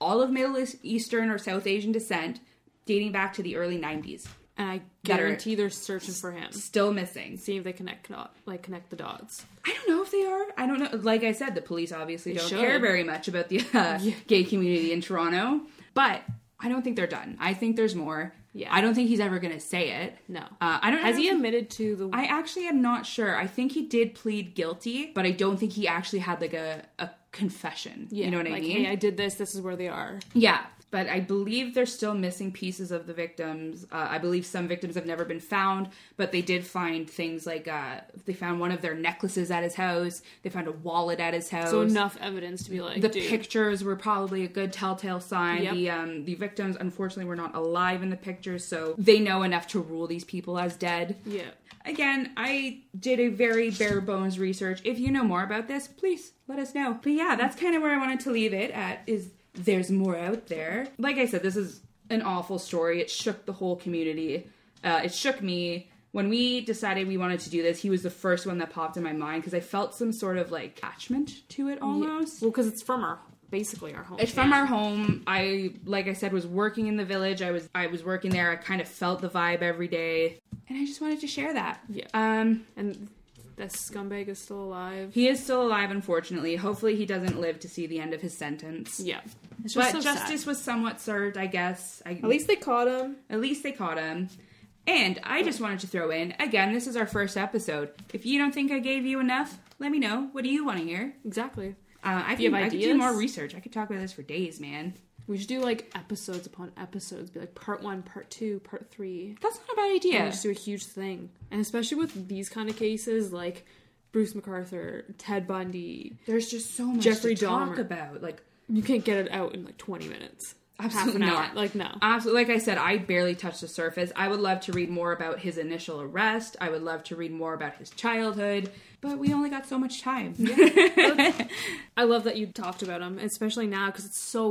[SPEAKER 1] all of Middle East- Eastern or South Asian descent, dating back to the early 90s,
[SPEAKER 2] And I
[SPEAKER 1] That are-
[SPEAKER 2] guarantee they're searching for him.
[SPEAKER 1] still missing.
[SPEAKER 2] See if they connect dot, like connect the dots.
[SPEAKER 1] I don't know if they are. I don't know. Like I said, the police obviously don't
[SPEAKER 2] should.
[SPEAKER 1] care very much about the uh, gay community in Toronto, but I don't think they're done. I think there's more.
[SPEAKER 2] Yeah.
[SPEAKER 1] I don't think he's ever going to say it.
[SPEAKER 2] No.
[SPEAKER 1] Uh, I don't.
[SPEAKER 2] Has
[SPEAKER 1] I
[SPEAKER 2] he
[SPEAKER 1] don't think-
[SPEAKER 2] admitted to the?
[SPEAKER 1] I actually am not sure. I think he did plead guilty, but I don't think he actually had like a, a confession.
[SPEAKER 2] Yeah,
[SPEAKER 1] you know what I
[SPEAKER 2] like,
[SPEAKER 1] mean?
[SPEAKER 2] Hey, I did this. This is where they are.
[SPEAKER 1] Yeah, but I believe they're still missing pieces of the victims. Uh, I believe some victims have never been found, but they did find things like uh, they found one of their necklaces at his house. They found a wallet at his house.
[SPEAKER 2] So enough evidence to be like,
[SPEAKER 1] the
[SPEAKER 2] dude,
[SPEAKER 1] pictures were probably a good telltale sign.
[SPEAKER 2] Yep.
[SPEAKER 1] The um, the victims unfortunately were not alive in the pictures, so they know enough to rule these people as dead.
[SPEAKER 2] yeah,
[SPEAKER 1] Again, I did a very bare bones research. If you know more about this, please let us know. But yeah, that's kind of where I wanted to leave it at is there's more out there. Like I said, this is an awful story. It shook the whole community. Uh, it shook me. When we decided we wanted to do this, he was the first one that popped in my mind because I felt some sort of like attachment to it almost.
[SPEAKER 2] Well, because it's from our basically our home.
[SPEAKER 1] It's from our home. I like I said was working in the village. I was I was working there. I kind of felt the vibe every day. And I just wanted to share that.
[SPEAKER 2] Yeah.
[SPEAKER 1] Um
[SPEAKER 2] and that scumbag is still alive.
[SPEAKER 1] He is still alive, unfortunately. Hopefully, he doesn't live to see the end of his sentence.
[SPEAKER 2] yeah, it's
[SPEAKER 1] but justice was somewhat served, I guess. I,
[SPEAKER 2] At least they caught him.
[SPEAKER 1] at least they caught him. And I just wanted to throw in again, this is our first episode. If you don't think I gave you enough, let me know. What do you want to hear?
[SPEAKER 2] Exactly.
[SPEAKER 1] Uh, I,
[SPEAKER 2] you
[SPEAKER 1] can,
[SPEAKER 2] have
[SPEAKER 1] I could do
[SPEAKER 2] ideas?
[SPEAKER 1] more research. I could talk about this for days, man.
[SPEAKER 2] We should do like episodes upon episodes, be like part one, part two, part three.
[SPEAKER 1] That's not a bad
[SPEAKER 2] Yeah.
[SPEAKER 1] idea.
[SPEAKER 2] Just do a huge thing. And especially with these kind of cases like Bruce MacArthur, Ted Bundy,
[SPEAKER 1] There's just so much
[SPEAKER 2] Jeffrey
[SPEAKER 1] to talk
[SPEAKER 2] Dahmer.
[SPEAKER 1] about. Like,
[SPEAKER 2] you can't get it out in like 20 minutes.
[SPEAKER 1] Absolutely
[SPEAKER 2] Half an hour.
[SPEAKER 1] not.
[SPEAKER 2] Like, no.
[SPEAKER 1] Absolutely. Like I said, I barely touched the surface. I would love to read more about his initial arrest. I would love to read more about his childhood, but we only got so much time.
[SPEAKER 2] I love that you talked about him, especially now because it's so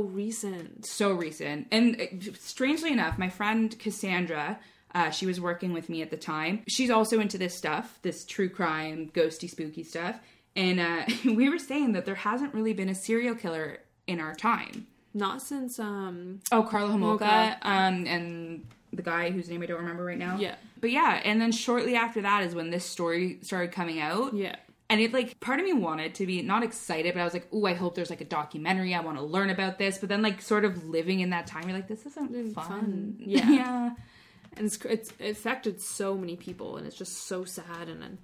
[SPEAKER 2] recent.
[SPEAKER 1] so recent. And uh, strangely enough, my friend Cassandra, uh, she was working with me at the time. She's also into this stuff, this true crime, ghosty, spooky stuff. And uh, we were saying that there hasn't really been a serial killer in our time.
[SPEAKER 2] Not since, um,
[SPEAKER 1] Oh, Carla Homolka,
[SPEAKER 2] Homolka.
[SPEAKER 1] um, and the guy whose name I don't remember right now.
[SPEAKER 2] Yeah.
[SPEAKER 1] But yeah, and then shortly after that is when this story started coming out.
[SPEAKER 2] yeah.
[SPEAKER 1] And it like part of me wanted to be not excited, but I was like, ooh, I hope there's like a documentary. I want to learn about this. But then like sort of living in that time, you're like, this isn't
[SPEAKER 2] Isn't
[SPEAKER 1] fun.
[SPEAKER 2] fun. Yeah.
[SPEAKER 1] yeah.
[SPEAKER 2] and it's, it's it affected so many people, and it's just so sad. And, and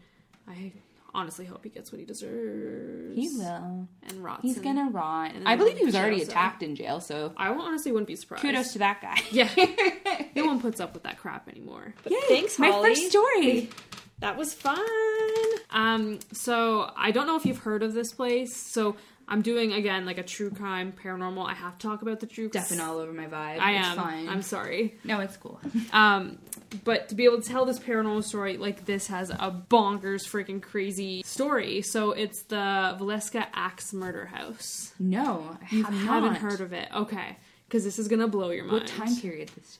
[SPEAKER 2] I honestly hope he gets what he deserves.
[SPEAKER 1] He will.
[SPEAKER 2] and rots.
[SPEAKER 1] He's
[SPEAKER 2] in-
[SPEAKER 1] gonna rot.
[SPEAKER 2] and
[SPEAKER 1] I believe he was
[SPEAKER 2] jail
[SPEAKER 1] already
[SPEAKER 2] cell.
[SPEAKER 1] attacked in jail, so
[SPEAKER 2] I honestly wouldn't be surprised.
[SPEAKER 1] kudos to that guy.
[SPEAKER 2] Yeah, no one puts up with that crap anymore.
[SPEAKER 1] Yay,
[SPEAKER 3] Thanks,
[SPEAKER 1] my
[SPEAKER 3] Holly.
[SPEAKER 1] first story.
[SPEAKER 3] That was fun.
[SPEAKER 2] Um, so I don't know if you've heard of this place. So I'm doing again like a true crime paranormal. I have to talk about the true.
[SPEAKER 1] Stepping all over my vibe.
[SPEAKER 2] I
[SPEAKER 1] it's
[SPEAKER 2] am.
[SPEAKER 1] Fine.
[SPEAKER 2] I'm sorry.
[SPEAKER 1] no, it's cool.
[SPEAKER 2] Um, but to be able to tell this paranormal story, like this has a bonkers, freaking crazy story. So it's the Valeska Axe Murder House.
[SPEAKER 1] No, I
[SPEAKER 2] You
[SPEAKER 1] have
[SPEAKER 2] haven't
[SPEAKER 1] not.
[SPEAKER 2] heard of it, okay? Because this is gonna blow your mind.
[SPEAKER 1] What time period? This.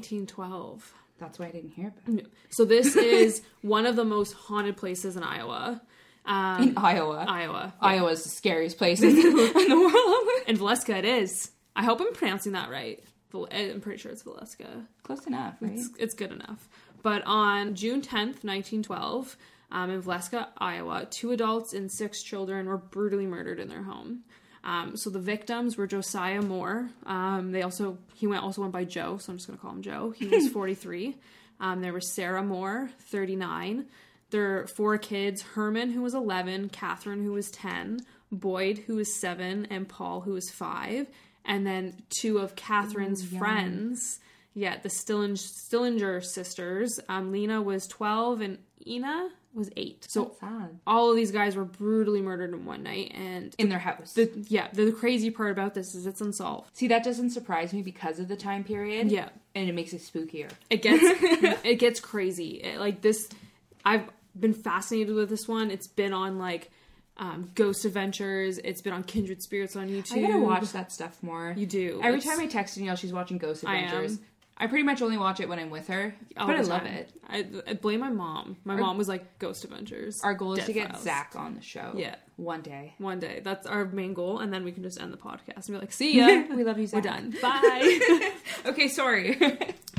[SPEAKER 2] 1912.
[SPEAKER 1] That's why I didn't hear about. it.
[SPEAKER 2] So this is one of the most haunted places in Iowa. Um,
[SPEAKER 1] In Iowa.
[SPEAKER 2] Iowa.
[SPEAKER 1] Iowa's the scariest place in the in the world.
[SPEAKER 2] And Valeska it is. I hope I'm pronouncing that right. Val- I'm pretty sure it's Valeska.
[SPEAKER 1] Close enough, right?
[SPEAKER 2] It's, it's good enough. But on June 10th, 1912, um, in Valeska, Iowa, two adults and six children were brutally murdered in their home. Um, so the victims were Josiah Moore. Um, they also he went also went by Joe, so I'm just gonna call him Joe. He was 43. Um, there was Sarah Moore, 39. Their four kids: Herman, who was 11, Catherine, who was 10, Boyd, who was seven, and Paul, who was five. And then two of Catherine's friends. Yeah, the Stilling- Stillinger sisters. Um, Lena was 12 and Ina was 8. So
[SPEAKER 1] That's sad.
[SPEAKER 2] all of these guys were brutally murdered in one night. And
[SPEAKER 1] In their house.
[SPEAKER 2] yeah, the crazy part about this is it's unsolved.
[SPEAKER 1] See, that doesn't surprise me because of the time period.
[SPEAKER 2] Yeah.
[SPEAKER 1] and it makes it spookier.
[SPEAKER 2] It gets it gets crazy. It, like this I've been fascinated with this one. It's been on like um, Ghost Adventures. It's been on Kindred Spirits on YouTube.
[SPEAKER 1] I gotta watch that stuff more.
[SPEAKER 2] You do.
[SPEAKER 1] Every
[SPEAKER 2] It's-
[SPEAKER 1] time I text Danielle, she's watching Ghost
[SPEAKER 2] I am.
[SPEAKER 1] Adventures. I, pretty much only watch it when I'm with her,
[SPEAKER 2] all
[SPEAKER 1] but
[SPEAKER 2] the
[SPEAKER 1] I love
[SPEAKER 2] time.
[SPEAKER 1] it.
[SPEAKER 2] I, I blame my mom. My
[SPEAKER 1] Our-
[SPEAKER 2] mom was like Ghost Adventures.
[SPEAKER 1] Our goal is
[SPEAKER 2] Dead
[SPEAKER 1] to get
[SPEAKER 2] Files.
[SPEAKER 1] Zach on the show.
[SPEAKER 2] Yeah.
[SPEAKER 1] one day.
[SPEAKER 2] one day. That's our main goal, and then we can just end the podcast and be like, "See ya,
[SPEAKER 1] we love you, Zach.
[SPEAKER 2] we're done, bye."
[SPEAKER 1] Okay, sorry.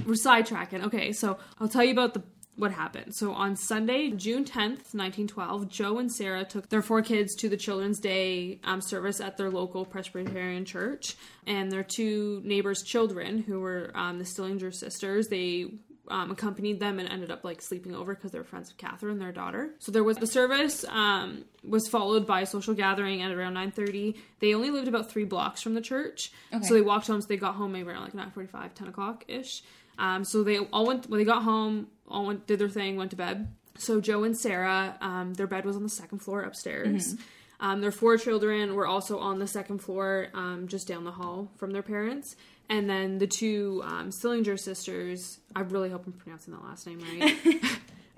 [SPEAKER 2] we're sidetracking. Okay, so I'll tell you about the what happened. So on Sunday, June tenth, nineteen twelve, Joe and Sarah took their four kids to the Children's Day um, service at their local Presbyterian church, and their two neighbors' children, who were um, the Stillinger sisters, they um, accompanied them and ended up like sleeping over because they were friends with Catherine, their daughter. So there was the service um, was followed by a social gathering at around nine thirty. They only lived about three blocks from the church,
[SPEAKER 1] Okay.
[SPEAKER 2] so they walked home. So they got home maybe around like 9:45, 10 o'clock ish. Um, so they all went when they got home, all went did their thing, went to bed. So Joe and Sarah, um, their bed was on the second floor upstairs. Um, their four children were also on the second floor, um, just down the hall from their parents. And then the two um, Stillinger sisters. I really hope I'm pronouncing that last name right.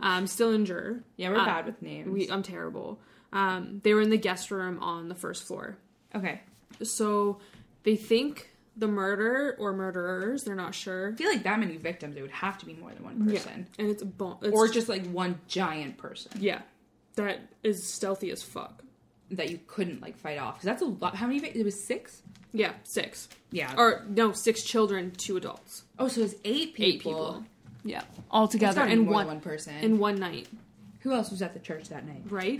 [SPEAKER 2] um, Stillinger.
[SPEAKER 1] yeah, we're
[SPEAKER 2] Uh,
[SPEAKER 1] bad with names.
[SPEAKER 2] We, I'm terrible. Um, they were in the guest room on the first floor.
[SPEAKER 1] okay,
[SPEAKER 2] So they think the murder or murderers, they're not sure.
[SPEAKER 1] I feel like that many victims, it would have to be more than one person,
[SPEAKER 2] And it's a bon- it's,
[SPEAKER 1] or just like one giant person
[SPEAKER 2] yeah. That is stealthy as fuck.
[SPEAKER 1] that you couldn't like fight off. Because that's a lot. How many? vi- It was six.
[SPEAKER 2] Yeah, six.
[SPEAKER 1] Yeah.
[SPEAKER 2] Or no, six children, two adults.
[SPEAKER 1] oh, so it's eight people.
[SPEAKER 2] Eight people. Yeah. All
[SPEAKER 1] That's
[SPEAKER 2] together
[SPEAKER 1] gotta be
[SPEAKER 2] in
[SPEAKER 1] more
[SPEAKER 2] one,
[SPEAKER 1] than one person.
[SPEAKER 2] in one night,
[SPEAKER 1] Who else was at the church that night?
[SPEAKER 2] right?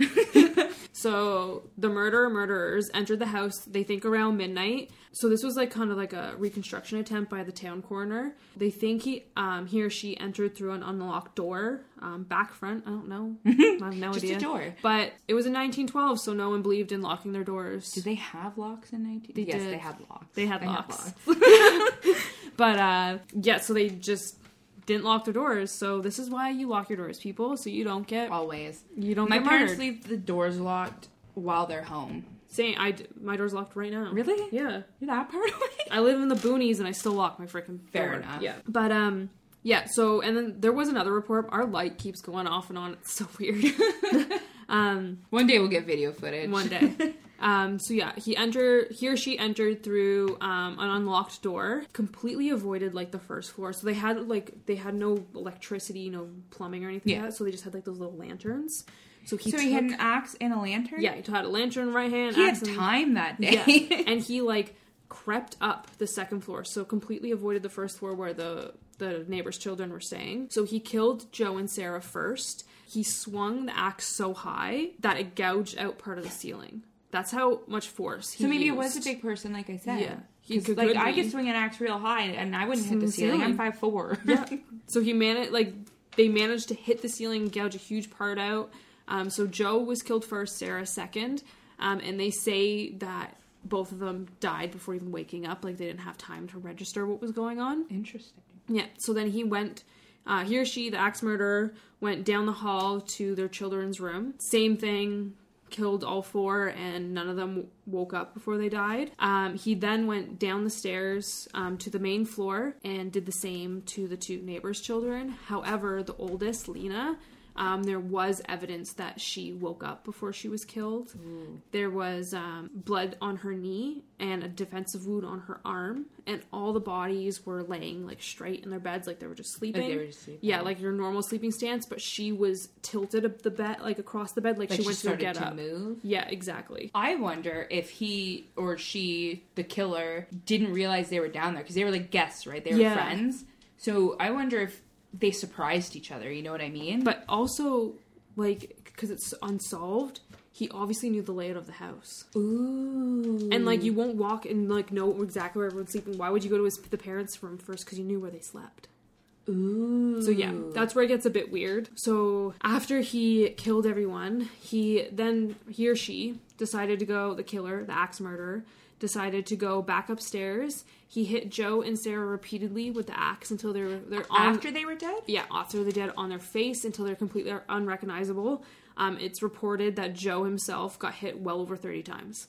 [SPEAKER 2] so the murderer murderers entered the house, they think around midnight. So this was like kind of like a reconstruction attempt by the town coroner. They think he um he or she entered through an unlocked door, um, back front, I don't know. I have no
[SPEAKER 1] Just a
[SPEAKER 2] idea.
[SPEAKER 1] door.
[SPEAKER 2] But it was in 1912, so no one believed in locking their doors.
[SPEAKER 1] Did they have locks in 19?
[SPEAKER 2] They
[SPEAKER 1] yes,
[SPEAKER 2] did.
[SPEAKER 1] they had locks.
[SPEAKER 2] They had
[SPEAKER 1] had
[SPEAKER 2] locks. But uh yeah, so they just didn't lock their doors. So this is why you lock your doors, people, so you don't get
[SPEAKER 1] Always.
[SPEAKER 2] you don't
[SPEAKER 1] My
[SPEAKER 2] get
[SPEAKER 1] parents
[SPEAKER 2] murdered.
[SPEAKER 1] leave the doors locked while they're home.
[SPEAKER 2] Saying I d- my door's locked right now.
[SPEAKER 1] Really?
[SPEAKER 2] Yeah.
[SPEAKER 1] You're that part of it?
[SPEAKER 2] I live in the boonies and I still lock my freaking
[SPEAKER 1] Fair
[SPEAKER 2] door.
[SPEAKER 1] enough.
[SPEAKER 2] Yeah. But um yeah, so and then there was another report. Our light keeps going off and on. It's so weird. um
[SPEAKER 1] One day we'll get video footage.
[SPEAKER 2] one day. Um, so yeah, he enter he or she entered through um, an unlocked door, completely avoided like the first floor. So they had like they had no electricity, no plumbing or anything
[SPEAKER 1] Yeah.
[SPEAKER 2] like that. So they just had like those little lanterns. So he
[SPEAKER 1] so
[SPEAKER 2] took,
[SPEAKER 1] he had an axe and a lantern?
[SPEAKER 2] yeah, he had a lantern in right hand.
[SPEAKER 1] He had
[SPEAKER 2] axe in-
[SPEAKER 1] time that day.
[SPEAKER 2] yeah. and he like crept up the second floor, so completely avoided the first floor where the the neighbor's children were staying. So he killed Joe and Sarah first. he swung the axe so high that it gouged out part of the ceiling. That's how much force he
[SPEAKER 1] So maybe
[SPEAKER 2] used.
[SPEAKER 1] it was a big person, like I said.
[SPEAKER 2] Yeah. He
[SPEAKER 1] 'Cause,
[SPEAKER 2] could-
[SPEAKER 1] like
[SPEAKER 2] could
[SPEAKER 1] I
[SPEAKER 2] be.
[SPEAKER 1] could swing an axe real high and I wouldn't hit
[SPEAKER 2] From
[SPEAKER 1] the
[SPEAKER 2] the
[SPEAKER 1] ceiling.
[SPEAKER 2] ceiling.
[SPEAKER 1] I'm five four.
[SPEAKER 2] Yeah. so he managed, like, they managed to hit the ceiling, gouge a huge part out. Um, so Joe was killed first, Sarah second. Um, and they say that both of them died before even waking up. Like, they didn't have time to register what was going on.
[SPEAKER 4] Interesting.
[SPEAKER 2] Yeah. So then he went, uh, he or she, the axe murderer, went down the hall to their children's room. Same thing, killed all four, and none of them woke up before they died. Um, he then went down the stairs um, to the main floor and did the same to the two neighbors' children. However, the oldest, Lena, um, there was evidence that she woke up before she was killed. There was um, blood on her knee and a defensive wound on her arm, and all the bodies were laying like straight in their beds, like they were just sleeping.
[SPEAKER 4] they were just sleeping.
[SPEAKER 2] Yeah, like your normal sleeping stance, but she was tilted up the bed, like across the bed, like, she, went to get up.
[SPEAKER 1] move.
[SPEAKER 2] Yeah, exactly.
[SPEAKER 1] I wonder if he or she, the killer, didn't realize they were down there because they were like guests, right? They were
[SPEAKER 2] Yeah.
[SPEAKER 1] friends. So I wonder if they surprised each other. You know what I mean?
[SPEAKER 2] But also, like, because it's unsolved, he obviously knew the layout of the house.
[SPEAKER 1] ooh,
[SPEAKER 2] And like, you won't walk and like know exactly where everyone's sleeping. Why would you go to his the parents' room first? Because you knew where they slept.
[SPEAKER 1] ooh.
[SPEAKER 2] So yeah, that's where it gets a bit weird. So after he killed everyone, he then he or she decided to go the killer, the axe murderer, decided to go back upstairs. He hit Joe and Sarah repeatedly with the axe until they're they're on,
[SPEAKER 1] after they were dead.
[SPEAKER 2] yeah, after the dead on their face until they're completely unrecognizable. Um, it's reported that Joe himself got hit well over thirty times.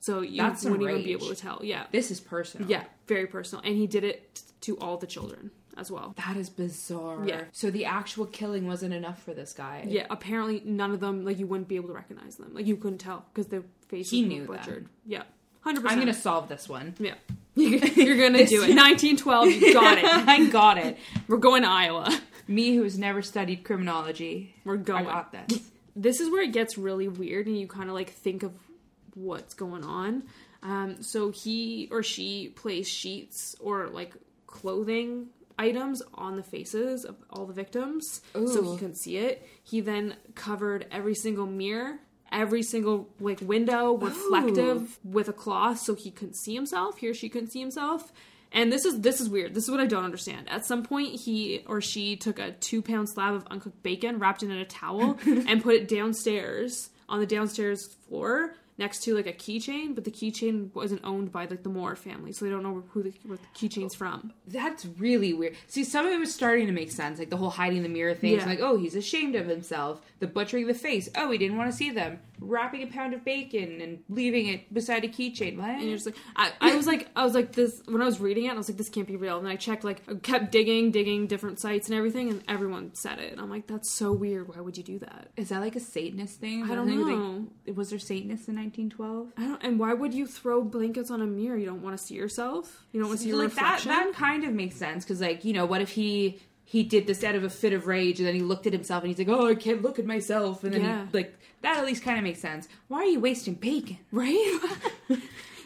[SPEAKER 2] So you
[SPEAKER 1] That's some
[SPEAKER 2] wouldn't even be
[SPEAKER 1] rage.
[SPEAKER 2] able to tell. Yeah.
[SPEAKER 1] This is personal.
[SPEAKER 2] Yeah, very personal. And he did it to all the children as well.
[SPEAKER 1] That is bizarre.
[SPEAKER 2] Yeah.
[SPEAKER 1] So the actual killing wasn't enough for this guy.
[SPEAKER 2] Yeah, apparently none of them like you wouldn't be able to recognize them. Like you couldn't tell because their faces
[SPEAKER 1] He
[SPEAKER 2] were
[SPEAKER 1] knew
[SPEAKER 2] butchered. Yeah, hundred
[SPEAKER 1] I'm
[SPEAKER 2] percent.
[SPEAKER 1] gonna solve this one.
[SPEAKER 2] yeah. You're gonna do it. 1912, you got it.
[SPEAKER 1] I got it.
[SPEAKER 2] We're going to Iowa.
[SPEAKER 1] Me, who has never studied criminology,
[SPEAKER 2] We're
[SPEAKER 1] I
[SPEAKER 2] going.
[SPEAKER 1] got this.
[SPEAKER 2] This is where it gets really weird, and you kind of like think of what's going on. Um, so he or she placed sheets or like clothing items on the faces of all the victims, so he
[SPEAKER 1] Ooh.
[SPEAKER 2] couldn't see it. He then covered every single mirror, every single like window reflective with a cloth, so he couldn't see himself. He or she couldn't see himself. And this is this is weird. This is what I don't understand. At some point, he or she took a two pound slab of uncooked bacon, wrapped it in a towel, and put it downstairs on the downstairs floor next to like a keychain. But the keychain wasn't owned by like the Moore family, so they don't know who the, where the keychain's from.
[SPEAKER 1] That's really weird. See, some of it was starting to make sense, like the whole hiding the mirror thing. It's
[SPEAKER 2] Yeah.
[SPEAKER 1] Like, oh, he's ashamed of himself. The butchering the face. Oh, he didn't want to see them. Wrapping a pound of bacon and leaving it beside a keychain. What?
[SPEAKER 2] and you're just like I, I was like I was like this when I was reading it I was like this can't be real and I checked like I kept digging digging different sites and everything and everyone said it and I'm like that's so weird why would you do that
[SPEAKER 1] Is that like a Satanist thing?
[SPEAKER 2] I don't
[SPEAKER 1] Like,
[SPEAKER 2] know
[SPEAKER 1] like, was there Satanists in 1912?
[SPEAKER 2] I don't and why would you throw blankets on a mirror you don't want to see yourself you don't want to see your
[SPEAKER 1] like that,
[SPEAKER 2] reflection
[SPEAKER 1] that kind of makes sense because, like, you know, what if he he did this out of a fit of rage and then he looked at himself and he's like, oh, I can't look at myself, and then
[SPEAKER 2] Yeah.
[SPEAKER 1] he, like that at least kind of makes sense. Why are you wasting bacon?
[SPEAKER 2] right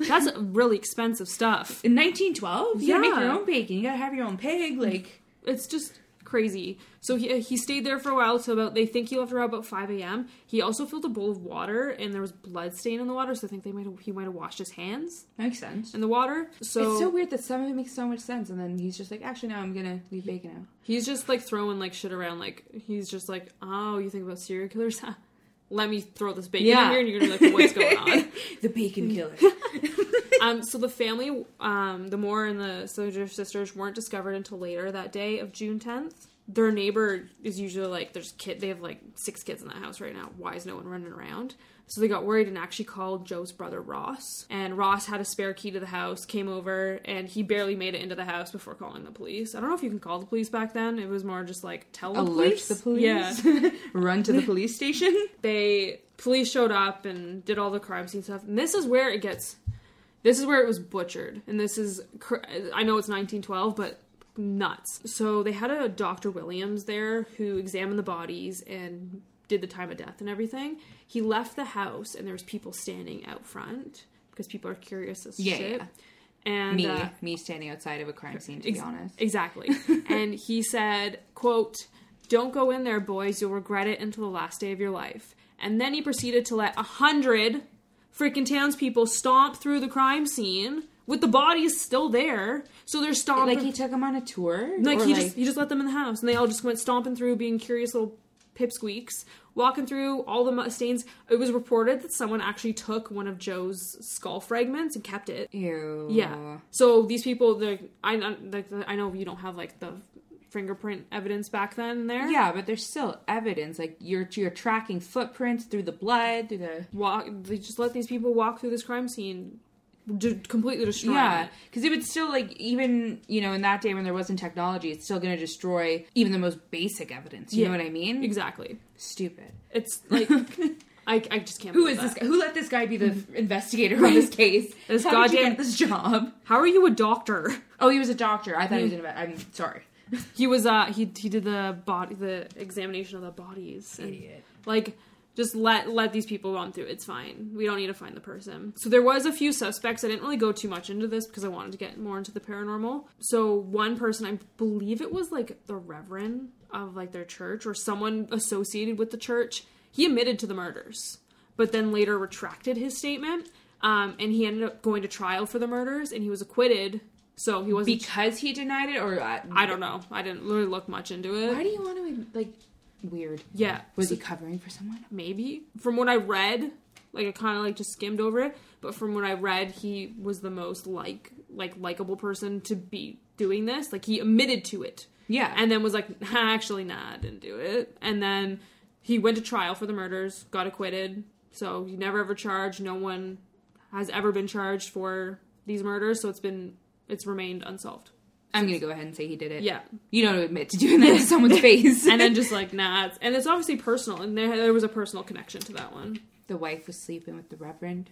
[SPEAKER 2] that's really expensive stuff
[SPEAKER 1] In 1912, you gotta make your
[SPEAKER 2] Yeah.
[SPEAKER 1] own bacon. You gotta have your own pig. Like,
[SPEAKER 2] it's just crazy. So he he stayed there for a while. So about they think he left around about five a.m. He also filled a bowl of water, and there was blood stain in the water. So I think they might have, he might have washed his hands
[SPEAKER 1] makes sense.
[SPEAKER 2] in the water. So,
[SPEAKER 1] it's so weird that some of it makes so much sense, and then he's just like, actually, no, I'm gonna leave bacon out.
[SPEAKER 2] he's just like throwing like shit around. Like he's just like, oh, you think about serial killers? Huh? Let me throw this bacon in
[SPEAKER 1] Yeah.
[SPEAKER 2] here, and you're gonna be like, what's going on?
[SPEAKER 1] The bacon killer.
[SPEAKER 2] um, so the family, um, the Moore and the Sojourner sisters weren't discovered until later that day of June 10th. Their neighbor is usually like, there's kid. They have like six kids in that house right now. Why is no one running around? So they got worried and actually called Joe's brother Ross. And Ross had a spare key to the house, came over, and he barely made it into the house before calling the police. I don't know if you can call the police back then. It was more just like tell the
[SPEAKER 1] Alert
[SPEAKER 2] police.
[SPEAKER 1] the police.
[SPEAKER 2] Yeah
[SPEAKER 1] Run to the police station.
[SPEAKER 2] they police showed up and did all the crime scene stuff and this is where it gets this is where it was butchered and this is cr- i know it's 1912 but nuts so they had a dr williams there who examined the bodies and did the time of death and everything he left the house and there was people standing out front because people are curious as
[SPEAKER 1] Yeah,
[SPEAKER 2] shit
[SPEAKER 1] yeah.
[SPEAKER 2] and
[SPEAKER 1] me,
[SPEAKER 2] uh,
[SPEAKER 1] me standing outside of a crime scene. To
[SPEAKER 2] Ex-
[SPEAKER 1] be honest,
[SPEAKER 2] Exactly. and he said, quote, Don't go in there, boys. You'll regret it until the last day of your life. And then he proceeded to let a hundred freaking townspeople stomp through the crime scene with the bodies still there. So they're stomping.
[SPEAKER 1] Like he took him on a tour.
[SPEAKER 2] Like
[SPEAKER 1] Or,
[SPEAKER 2] he just he just let them in the house, and they all just went stomping through, being curious little pipsqueaks, walking through all the mu- stains. It was reported that someone actually took one of Joe's skull fragments and kept it.
[SPEAKER 1] ew.
[SPEAKER 2] Yeah. So these people, the I like I know you don't have like the fingerprint evidence back then there.
[SPEAKER 1] Yeah, but there's still evidence. Like you're you're tracking footprints through the blood, through the
[SPEAKER 2] Walk. They just let these people walk through this crime scene, d- completely destroying
[SPEAKER 1] yeah,
[SPEAKER 2] it.
[SPEAKER 1] because it would still like even you know in that day when there wasn't technology, it's still going to destroy even the most basic evidence. You
[SPEAKER 2] Yeah.
[SPEAKER 1] know what I mean?
[SPEAKER 2] Exactly.
[SPEAKER 1] Stupid.
[SPEAKER 2] It's like I I just can't.
[SPEAKER 1] Who
[SPEAKER 2] believe
[SPEAKER 1] is this
[SPEAKER 2] that.
[SPEAKER 1] guy? Who let this guy be the investigator on this case?
[SPEAKER 2] This
[SPEAKER 1] How did you
[SPEAKER 2] goddamn-
[SPEAKER 1] get this job.
[SPEAKER 2] How are you a doctor?
[SPEAKER 1] Oh, he was a doctor. I thought he was an. inve- I'm sorry.
[SPEAKER 2] He was uh he he did the body the examination of the bodies and
[SPEAKER 1] Idiot.
[SPEAKER 2] like just let let these people run through. It's fine. We don't need to find the person. So there was a few suspects. I didn't really go too much into this because I wanted to get more into the paranormal. So one person, I believe it was like the reverend of like their church or someone associated with the church. He admitted to the murders, but then later retracted his statement. Um, and he ended up going to trial for the murders, and he was acquitted. So he wasn't.
[SPEAKER 1] Because he denied it, or uh,
[SPEAKER 2] I don't know. I didn't really look much into it.
[SPEAKER 1] Why do you want to like weird?
[SPEAKER 2] Yeah.
[SPEAKER 1] Was
[SPEAKER 2] so
[SPEAKER 1] he covering for someone?
[SPEAKER 2] maybe from what I read, like I kind of like just skimmed over it, but from what I read, he was the most like like likable person to be doing this. Like he admitted to it,
[SPEAKER 1] Yeah,
[SPEAKER 2] and then was like, "Nah, actually, nah, I didn't do it. And then he went to trial for the murders, got acquitted. So he never ever charged. No one has ever been charged for these murders. So it's been it's remained unsolved.
[SPEAKER 1] I'm gonna go ahead and say he did it.
[SPEAKER 2] Yeah.
[SPEAKER 1] you don't admit to doing that to someone's face.
[SPEAKER 2] And then just like, nah. It's, and it's obviously personal. And there, there was a personal connection to that one.
[SPEAKER 1] the wife was sleeping with the reverend.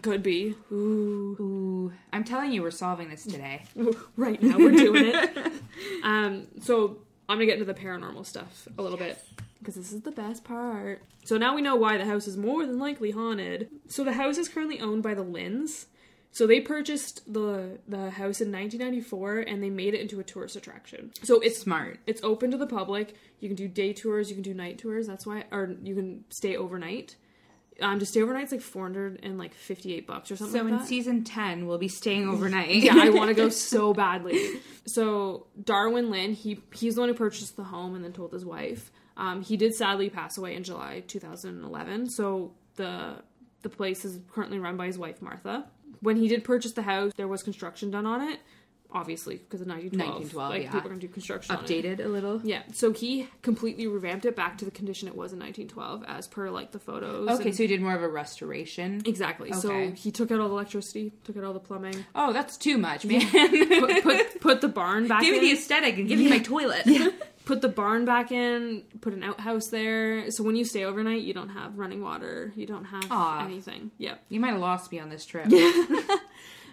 [SPEAKER 2] Could be. Ooh.
[SPEAKER 1] Ooh, I'm telling you, we're solving this today.
[SPEAKER 2] Right now we're doing it. Um, so I'm gonna get into the paranormal stuff a little bit because this is the best part. So now we know why the house is more than likely haunted. So the house is currently owned by the Lynns. So they purchased the the house in 1994 and they made it into a tourist attraction. So it's
[SPEAKER 1] Smart.
[SPEAKER 2] it's open to the public. You can do day tours, you can do night tours. That's why, or you can stay overnight. Um, to stay overnight's like 400 and like 58 bucks or something.
[SPEAKER 1] So
[SPEAKER 2] like
[SPEAKER 1] in
[SPEAKER 2] that. Mm.
[SPEAKER 1] season ten, we'll be staying overnight.
[SPEAKER 2] yeah, I want to go so badly. So Darwin Lynn, he he's the one who purchased the home and then told his wife. Um, he did sadly pass away in July 2011. So the the place is currently run by his wife Martha. When he did purchase the house, there was construction done on it, obviously because of 1912.
[SPEAKER 1] 1912,
[SPEAKER 2] like
[SPEAKER 1] yeah.
[SPEAKER 2] people are gonna do construction on it.
[SPEAKER 1] Updated a little.
[SPEAKER 2] Yeah, so he completely revamped it back to the condition it was in 1912, as per like the photos.
[SPEAKER 1] Okay,
[SPEAKER 2] and-
[SPEAKER 1] so he did more of a restoration.
[SPEAKER 2] exactly. So
[SPEAKER 1] Okay.
[SPEAKER 2] he took out all the electricity, took out all the plumbing,
[SPEAKER 1] Oh, that's too much, man.
[SPEAKER 2] put put, put the barn back
[SPEAKER 1] give me
[SPEAKER 2] in.
[SPEAKER 1] the aesthetic and give me my toilet.
[SPEAKER 2] put the barn back in, put an outhouse there. So when you stay overnight, you don't have running water, you don't have
[SPEAKER 1] Aw.
[SPEAKER 2] anything. Yep.
[SPEAKER 1] You might have lost me on this trip.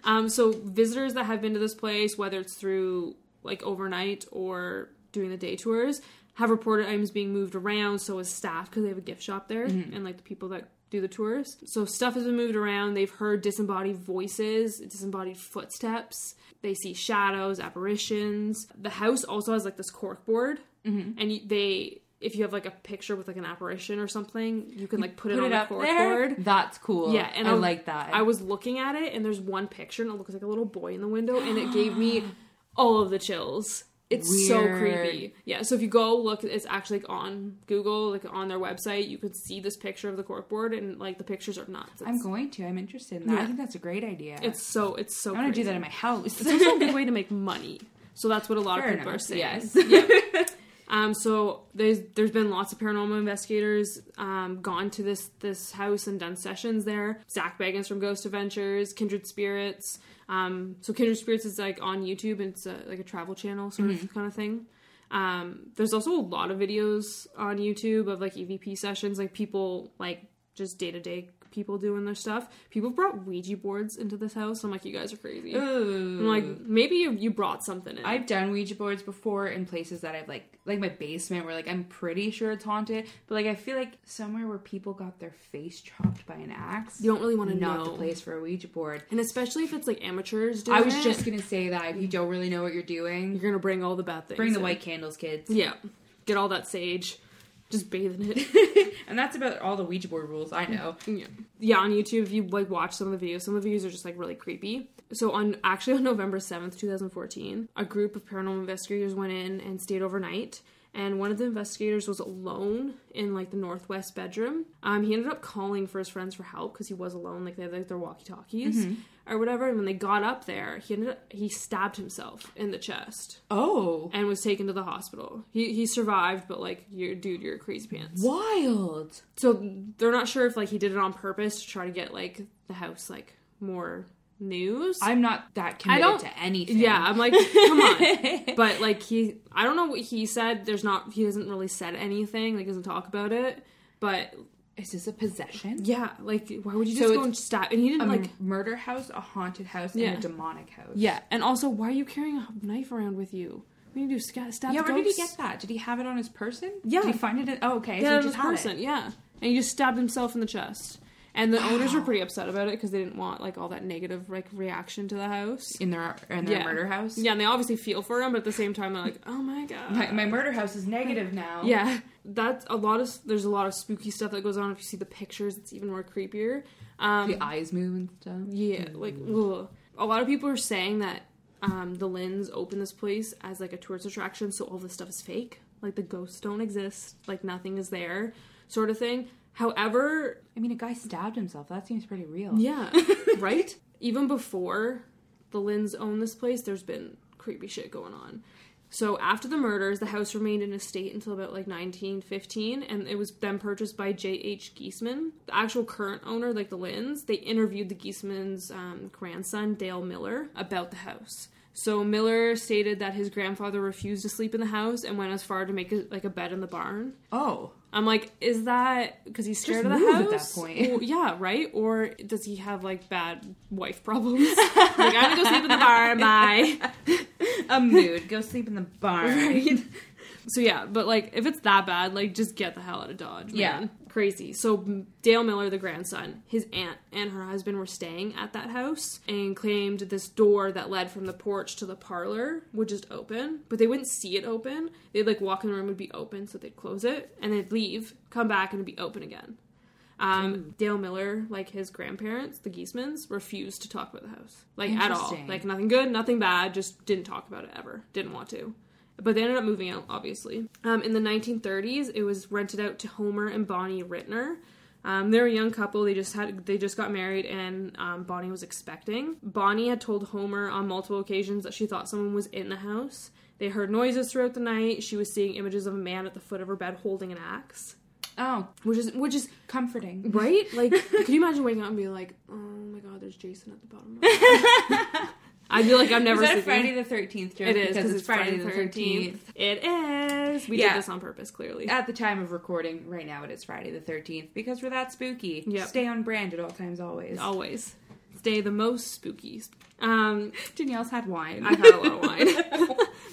[SPEAKER 2] Um, so visitors that have been to this place, whether it's through like overnight or doing the day tours, have reported items being moved around. So is staff because they have a gift shop there, and like the people that do the tours. So stuff has been moved around. They've heard disembodied voices, disembodied footsteps. They see shadows, apparitions. The house also has like this cork board, and you, they. If you have like a picture with like an apparition or something, you can like put, it on the cork board.
[SPEAKER 1] That's cool.
[SPEAKER 2] Yeah, and
[SPEAKER 1] I
[SPEAKER 2] I'll-
[SPEAKER 1] like that.
[SPEAKER 2] I was looking at it, and there's one picture, and it looks like a little boy in the window, and it gave me all of the chills. It's so
[SPEAKER 1] Weird.
[SPEAKER 2] creepy. Yeah, so if you go look, it's actually like, on Google, like on their website, you could see this picture of the corkboard, and like the pictures are nuts. It's,
[SPEAKER 1] I'm going to. I'm interested in that.
[SPEAKER 2] Yeah.
[SPEAKER 1] I think that's a great idea.
[SPEAKER 2] it's so it's so.
[SPEAKER 1] I want to do
[SPEAKER 2] crazy.
[SPEAKER 1] that in my house.
[SPEAKER 2] It's also a good way to make money. So that's what a lot
[SPEAKER 1] Fair
[SPEAKER 2] of people
[SPEAKER 1] enough,
[SPEAKER 2] are saying.
[SPEAKER 1] yes.
[SPEAKER 2] Yeah. Um, so there's there's been lots of paranormal investigators um, gone to this this house and done sessions there. Zach Bagans from Ghost Adventures, Kindred Spirits. Um, so Kindred Spirits is like on YouTube. And it's a, like a travel channel sort
[SPEAKER 1] Mm-hmm.
[SPEAKER 2] of kind of thing. Um, there's also a lot of videos on YouTube of like EVP sessions, like people like just day to day people doing their stuff. People brought Ouija boards into this house. I'm like, you guys are crazy. I'm like, maybe you, you brought something in.
[SPEAKER 1] I've done Ouija boards before in places that I've like, like my basement, where like I'm pretty sure it's haunted, but like I feel like somewhere where people got their face chopped by an axe.
[SPEAKER 2] you don't really want to
[SPEAKER 1] not
[SPEAKER 2] know.
[SPEAKER 1] the place for a Ouija board.
[SPEAKER 2] And especially if it's like amateurs doing
[SPEAKER 1] I was
[SPEAKER 2] it,
[SPEAKER 1] just gonna say that if you don't really know what you're doing,
[SPEAKER 2] you're gonna bring all the bad things.
[SPEAKER 1] bring the
[SPEAKER 2] in.
[SPEAKER 1] white candles, kids.
[SPEAKER 2] Yeah. get all that sage, just bathe in it.
[SPEAKER 1] and that's about all the Ouija board rules I know.
[SPEAKER 2] Yeah. yeah, on YouTube, if you like watch some of the videos, some of the videos are just like really creepy. So on actually on November seventh, two thousand fourteen, a group of paranormal investigators went in and stayed overnight. And one of the investigators was alone in like the northwest bedroom. Um, he ended up calling for his friends for help because he was alone. Like they had like their walkie talkies or whatever. And when they got up there, he ended up he stabbed himself in the chest
[SPEAKER 1] Oh,
[SPEAKER 2] and was taken to the hospital. He he survived, but like, you dude, you're crazy pants
[SPEAKER 1] wild.
[SPEAKER 2] so they're not sure if like he did it on purpose to try to get like the house like more news.
[SPEAKER 1] I'm not that
[SPEAKER 2] I
[SPEAKER 1] committed
[SPEAKER 2] don't-
[SPEAKER 1] to anything.
[SPEAKER 2] yeah, I'm like, come on. But like he, I don't know what he said. There's not he hasn't really said anything. Like doesn't talk about it. But
[SPEAKER 1] Is this a possession?
[SPEAKER 2] yeah, like why would you
[SPEAKER 1] So
[SPEAKER 2] just go
[SPEAKER 1] it's
[SPEAKER 2] and stab? And he didn't
[SPEAKER 1] A
[SPEAKER 2] like.
[SPEAKER 1] murder house, a haunted house,
[SPEAKER 2] Yeah.
[SPEAKER 1] and a demonic house.
[SPEAKER 2] Yeah, and also why are you carrying a knife around with you? What do you do? Sca- Stab
[SPEAKER 1] Yeah,
[SPEAKER 2] the
[SPEAKER 1] where did he get
[SPEAKER 2] ghosts?
[SPEAKER 1] that? Did he have it on his person?
[SPEAKER 2] Yeah.
[SPEAKER 1] Did he find it in oh okay,
[SPEAKER 2] Yeah,
[SPEAKER 1] so he
[SPEAKER 2] this
[SPEAKER 1] just had
[SPEAKER 2] person,
[SPEAKER 1] it.
[SPEAKER 2] yeah. And he just stabbed himself in the chest. And the owners were pretty upset about it because they didn't want like all that negative like reaction to the house.
[SPEAKER 1] in their in their
[SPEAKER 2] Yeah.
[SPEAKER 1] murder house.
[SPEAKER 2] Yeah, and they obviously feel for him, but at the same time, they're like, "Oh my god."
[SPEAKER 1] My, my murder house is negative now.
[SPEAKER 2] yeah, that's a lot of. There's a lot of spooky stuff that goes on. If you see the pictures, it's even more creepier. Um,
[SPEAKER 3] the eyes move and stuff.
[SPEAKER 2] yeah, like ugh. a lot of people are saying that um, the Lynns opened this place as like a tourist attraction, so all this stuff is fake. Like the ghosts don't exist. Like nothing is there, sort of thing. However,
[SPEAKER 3] I mean, a guy stabbed himself. That seems pretty real.
[SPEAKER 2] yeah, right. Even before the Lynns owned this place, there's been creepy shit going on. So after the murders, the house remained in a state until about like 1915, and it was then purchased by J.H. Geisman. The actual current owner, like the Lynns, they interviewed the Geisman's um, grandson, Dale Miller, about the house. So Miller stated that his grandfather refused to sleep in the house and went as far to make a, like a bed in the barn.
[SPEAKER 1] Oh.
[SPEAKER 2] I'm like, is that because he's scared of the
[SPEAKER 1] move
[SPEAKER 2] house?
[SPEAKER 1] at that point.
[SPEAKER 2] Or- yeah, right. Or does he have like bad wife problems? like I'm gonna go sleep in the bar. Bye.
[SPEAKER 1] A mood. Go sleep in the barn.
[SPEAKER 2] So yeah, but like if it's that bad, like just get the hell out of Dodge. Man.
[SPEAKER 1] Yeah.
[SPEAKER 2] crazy. So M- Dale Miller, the grandson, his aunt and her husband were staying at that house and claimed this door that led from the porch to the parlor would just open, but they wouldn't see it open. They'd like walk in the room would be open, so they'd close it and they'd leave, come back and it'd be open again. Um, Dale Miller, like his grandparents, the Geismans, refused to talk about the house, like at all,
[SPEAKER 3] Interesting.
[SPEAKER 2] like nothing good, nothing bad, just didn't talk about it ever, didn't want to. But they ended up moving out, obviously. Um, in the 1930s, it was rented out to Homer and Bonnie Rittner. Um, they were a young couple. They just had they just got married, and um, Bonnie was expecting. Bonnie had told Homer on multiple occasions that she thought someone was in the house. They heard noises throughout the night. She was seeing images of a man at the foot of her bed holding an axe,
[SPEAKER 1] Oh,
[SPEAKER 2] which is which is
[SPEAKER 1] comforting.
[SPEAKER 2] Right? Like, could you imagine waking up and being like, oh my god, there's Jason at the bottom of my bed." I feel like I'm never
[SPEAKER 1] Is that
[SPEAKER 2] sleeping.
[SPEAKER 1] Friday the 13th joke?
[SPEAKER 2] It is
[SPEAKER 1] because it's, Friday, the 13th.
[SPEAKER 2] It is. We
[SPEAKER 1] Yeah.
[SPEAKER 2] did this on purpose, clearly.
[SPEAKER 1] At the time of recording, right now it is Friday the 13th because we're that spooky.
[SPEAKER 2] Yep.
[SPEAKER 1] Stay on brand at all times, always.
[SPEAKER 2] Always stay the most spooky. Um,
[SPEAKER 1] Danielle's had wine.
[SPEAKER 2] I've had a lot of wine.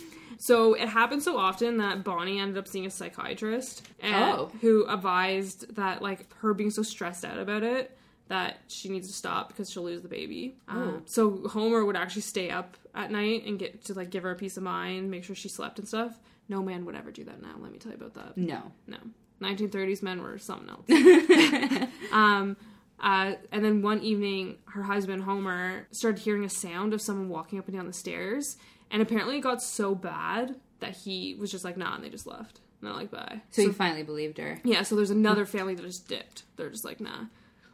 [SPEAKER 2] so it happened so often that Bonnie ended up seeing a psychiatrist and,
[SPEAKER 1] Oh.
[SPEAKER 2] who advised that like her being so stressed out about it that she needs to stop because she'll lose the baby. Um, so Homer would actually stay up at night and get to like give her a peace of mind, make sure she slept and stuff. No man would ever do that now. Let me tell you about that.
[SPEAKER 1] no.
[SPEAKER 2] No. 1930s men were something else. um, uh, and then one evening, her husband, Homer, started hearing a sound of someone walking up and down the stairs. And apparently, it got so bad that he was just like, nah, and they just left. Not like, bye.
[SPEAKER 1] So you finally believed her.
[SPEAKER 2] Yeah, so there's another family that just dipped. They're just like, nah.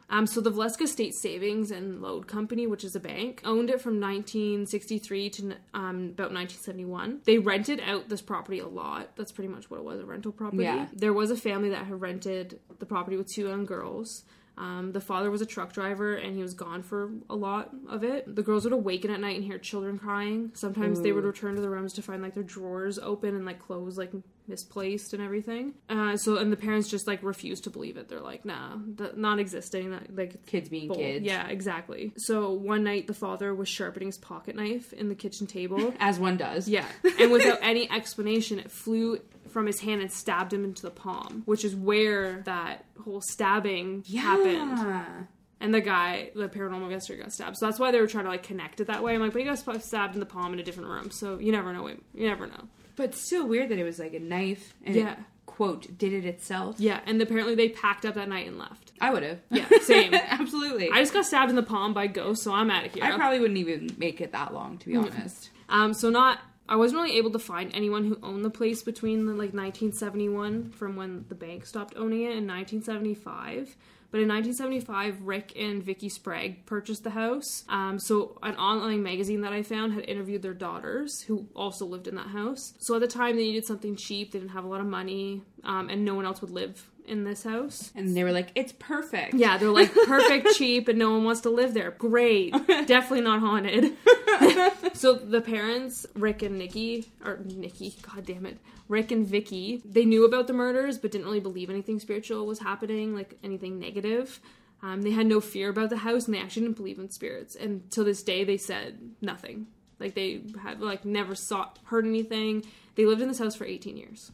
[SPEAKER 2] Um, so the Valeska State Savings and Load Company, which is a bank, owned it from 1963 to um, about 1971. They rented out this property a lot. That's pretty much what it was, a rental property.
[SPEAKER 1] Yeah.
[SPEAKER 2] There was a family that had rented the property with two young girls. Um, the father was a truck driver and he was gone for a lot of it. The girls would awaken at night and hear children crying. Sometimes they would return to the rooms to find like their drawers open and like clothes like misplaced and everything. Uh, so and the parents just like refused to believe it. They're like, nah, that not existing. That like it's
[SPEAKER 1] Kids being
[SPEAKER 2] bull.
[SPEAKER 1] kids.
[SPEAKER 2] Yeah, exactly. So one night the father was sharpening his pocket knife in the kitchen table.
[SPEAKER 1] As one does.
[SPEAKER 2] Yeah. And without any explanation, it flew from his hand and stabbed him into the palm, which is where that whole stabbing happened. And the guy, the paranormal investigator, got stabbed. So that's why they were trying to like connect it that way. I'm like, but he got sp- stabbed in the palm in a different room, so you never know. You never know.
[SPEAKER 1] But it's still weird that it was like a knife and it,
[SPEAKER 2] Yeah.
[SPEAKER 1] quote did it itself.
[SPEAKER 2] Yeah, and apparently they packed up that night and left.
[SPEAKER 1] I would have.
[SPEAKER 2] Yeah, same.
[SPEAKER 1] Absolutely.
[SPEAKER 2] I just got stabbed in the palm by ghosts, so I'm out of here.
[SPEAKER 1] I probably wouldn't even make it that long, to be honest.
[SPEAKER 2] Um, so not I wasn't really able to find anyone who owned the place between the, like 1971 from when the bank stopped owning it in 1975. But in 1975, Rick and Vicky Sprague purchased the house. Um, so an online magazine that I found had interviewed their daughters who also lived in that house. So at the time, they needed something cheap. They didn't have a lot of money, um, and no one else would live in this house.
[SPEAKER 1] And they were like, "It's perfect."
[SPEAKER 2] Yeah, they're like perfect, cheap, and no one wants to live there. Great. Definitely not haunted. so the parents, Rick and Nikki, or Nikki, god damn it, Rick and Vicky, they knew about the murders but didn't really believe anything spiritual was happening, like anything negative. Um, they had no fear about the house and they actually didn't believe in spirits. And to this day, they said nothing. Like they had like never sought, heard anything. They lived in this house for 18 years.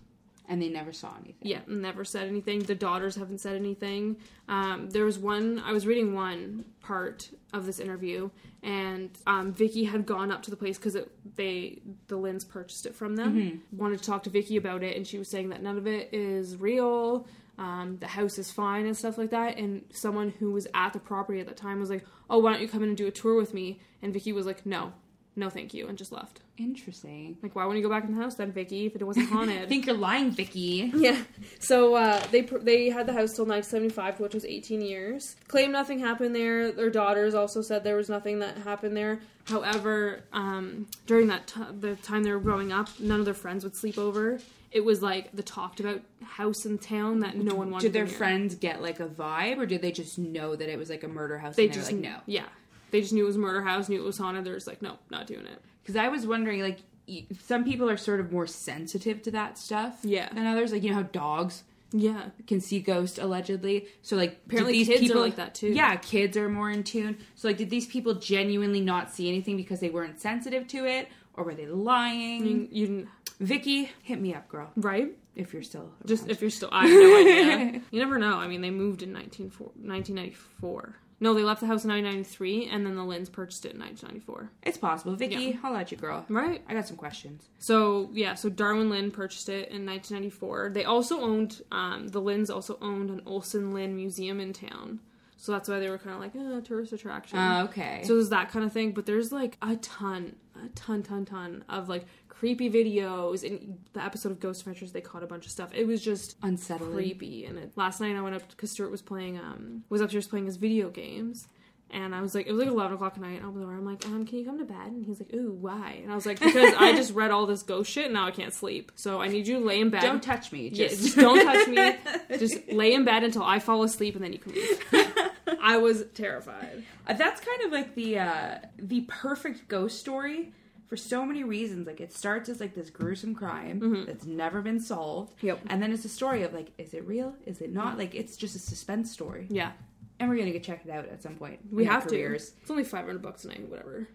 [SPEAKER 1] And they never saw anything.
[SPEAKER 2] Yeah, never said anything. The daughters haven't said anything. Um, there was one. I was reading one part of this interview, and um, Vicky had gone up to the place because they the Lynns purchased it from them. Wanted to talk to Vicky about it, and she was saying that none of it is real. Um, the house is fine and stuff like that. And someone who was at the property at the time was like, "Oh, why don't you come in and do a tour with me?" And Vicky was like, "No, no, thank you," and just left.
[SPEAKER 1] Interesting.
[SPEAKER 2] Like, why wouldn't you go back in the house then, Vicky? If it wasn't haunted,
[SPEAKER 1] I think you're lying, Vicky.
[SPEAKER 2] yeah. So uh, they pr- they had the house till 1975, which was 18 years. Claim nothing happened there. Their daughters also said there was nothing that happened there. However, um, during that t- the time they were growing up, none of their friends would sleep over. It was like the talked about house in town that no one wanted.
[SPEAKER 1] Did their
[SPEAKER 2] to near.
[SPEAKER 1] friends get like a vibe, or did they just know that it was like a murder house?
[SPEAKER 2] They
[SPEAKER 1] and
[SPEAKER 2] just
[SPEAKER 1] were like, no.
[SPEAKER 2] Yeah. They just knew it was murder house. Knew it was haunted. They're just like, no, not doing it.
[SPEAKER 1] Because I was wondering, like, y- some people are sort of more sensitive to that stuff
[SPEAKER 2] Yeah.
[SPEAKER 1] than others. Like, you know how dogs
[SPEAKER 2] Yeah.
[SPEAKER 1] can see ghosts allegedly. So, like, did
[SPEAKER 2] Apparently
[SPEAKER 1] these
[SPEAKER 2] kids are
[SPEAKER 1] people
[SPEAKER 2] like that, too.
[SPEAKER 1] Yeah, kids are more in tune. So, like, did these people genuinely not see anything because they weren't sensitive to it, or were they lying?
[SPEAKER 2] You, you didn't
[SPEAKER 1] Vicky, hit me up, girl,
[SPEAKER 2] right.
[SPEAKER 1] if you're still around.
[SPEAKER 2] Just if you're still, I have no idea. you never know. I mean, they moved in 19, 1994. No, they left the house in 1993, and then the Lynns purchased it in 1994.
[SPEAKER 1] it's possible. Vicky,
[SPEAKER 2] Yeah.
[SPEAKER 1] holla at you, girl.
[SPEAKER 2] Right?
[SPEAKER 1] I got some questions.
[SPEAKER 2] So yeah, so Darwin Lynn purchased it in 1994. They also owned um, the Lynns also owned an Olson Lynn museum in town. So that's why they were kind of like a tourist attraction.
[SPEAKER 1] Uh, okay.
[SPEAKER 2] So there's that kind of thing, but there's like a ton, a ton, ton, ton of like creepy videos. In the episode of Ghost Adventures, they caught a bunch of stuff. It was just
[SPEAKER 1] Unsettling.
[SPEAKER 2] creepy. And it, last night I went up because Stuart was playing, um, was upstairs playing his video games. And I was like, it was like 11 o'clock at night. And I'm like, I'm like, um, can you come to bed? And he's like, ooh, why? And I was like, because I just read all this ghost shit and now I can't sleep. So I need you to lay in bed.
[SPEAKER 1] Don't touch me.
[SPEAKER 2] Yeah,
[SPEAKER 1] Just
[SPEAKER 2] just don't touch me. Just lay in bed until I fall asleep and then you can leave. I was terrified.
[SPEAKER 1] Uh, That's kind of like the uh, the perfect ghost story for so many reasons. Like it starts as like this gruesome crime that's never been solved,
[SPEAKER 2] Mm-hmm. Yep.
[SPEAKER 1] and then it's a story of like, is it real? Is it not? Like it's just a suspense story,
[SPEAKER 2] Yeah.
[SPEAKER 1] and we're gonna get checked out at some point.
[SPEAKER 2] We
[SPEAKER 1] in our
[SPEAKER 2] have
[SPEAKER 1] careers.
[SPEAKER 2] to. It's only five hundred bucks a night, whatever.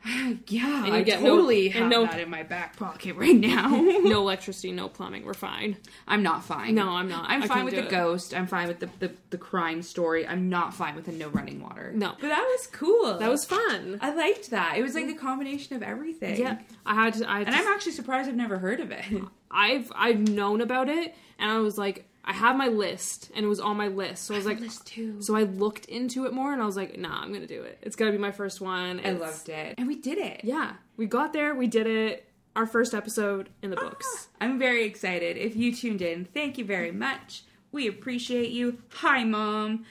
[SPEAKER 1] Yeah,
[SPEAKER 2] And you
[SPEAKER 1] I
[SPEAKER 2] get no-
[SPEAKER 1] totally
[SPEAKER 2] and
[SPEAKER 1] have
[SPEAKER 2] no-
[SPEAKER 1] that in my back pocket right now.
[SPEAKER 2] no electricity, no plumbing. We're fine.
[SPEAKER 1] I'm not fine.
[SPEAKER 2] No, I'm not.
[SPEAKER 1] I'm
[SPEAKER 2] I
[SPEAKER 1] fine
[SPEAKER 2] couldn't
[SPEAKER 1] with
[SPEAKER 2] do
[SPEAKER 1] the
[SPEAKER 2] it.
[SPEAKER 1] ghost. I'm fine with the, the the crime story. I'm not fine with the no running water.
[SPEAKER 2] No.
[SPEAKER 1] but that was cool.
[SPEAKER 2] That was fun.
[SPEAKER 1] I liked that. It was like a combination of everything.
[SPEAKER 2] Yeah, I had. To, I had
[SPEAKER 1] And
[SPEAKER 2] to-
[SPEAKER 1] I'm actually surprised I've never heard of it.
[SPEAKER 2] I've I've known about it, and I was like, I have my list, and it was on my list. So I was like,
[SPEAKER 1] too.
[SPEAKER 2] so I looked into it more, and I was like, nah, I'm gonna do it. It's gotta be my first one.
[SPEAKER 1] I
[SPEAKER 2] It's-
[SPEAKER 1] loved it. And we did it.
[SPEAKER 2] Yeah, we got there. We did it. Our first episode in the books.
[SPEAKER 1] I'm very excited. If you tuned in, thank you very much. We appreciate you. Hi, Mom.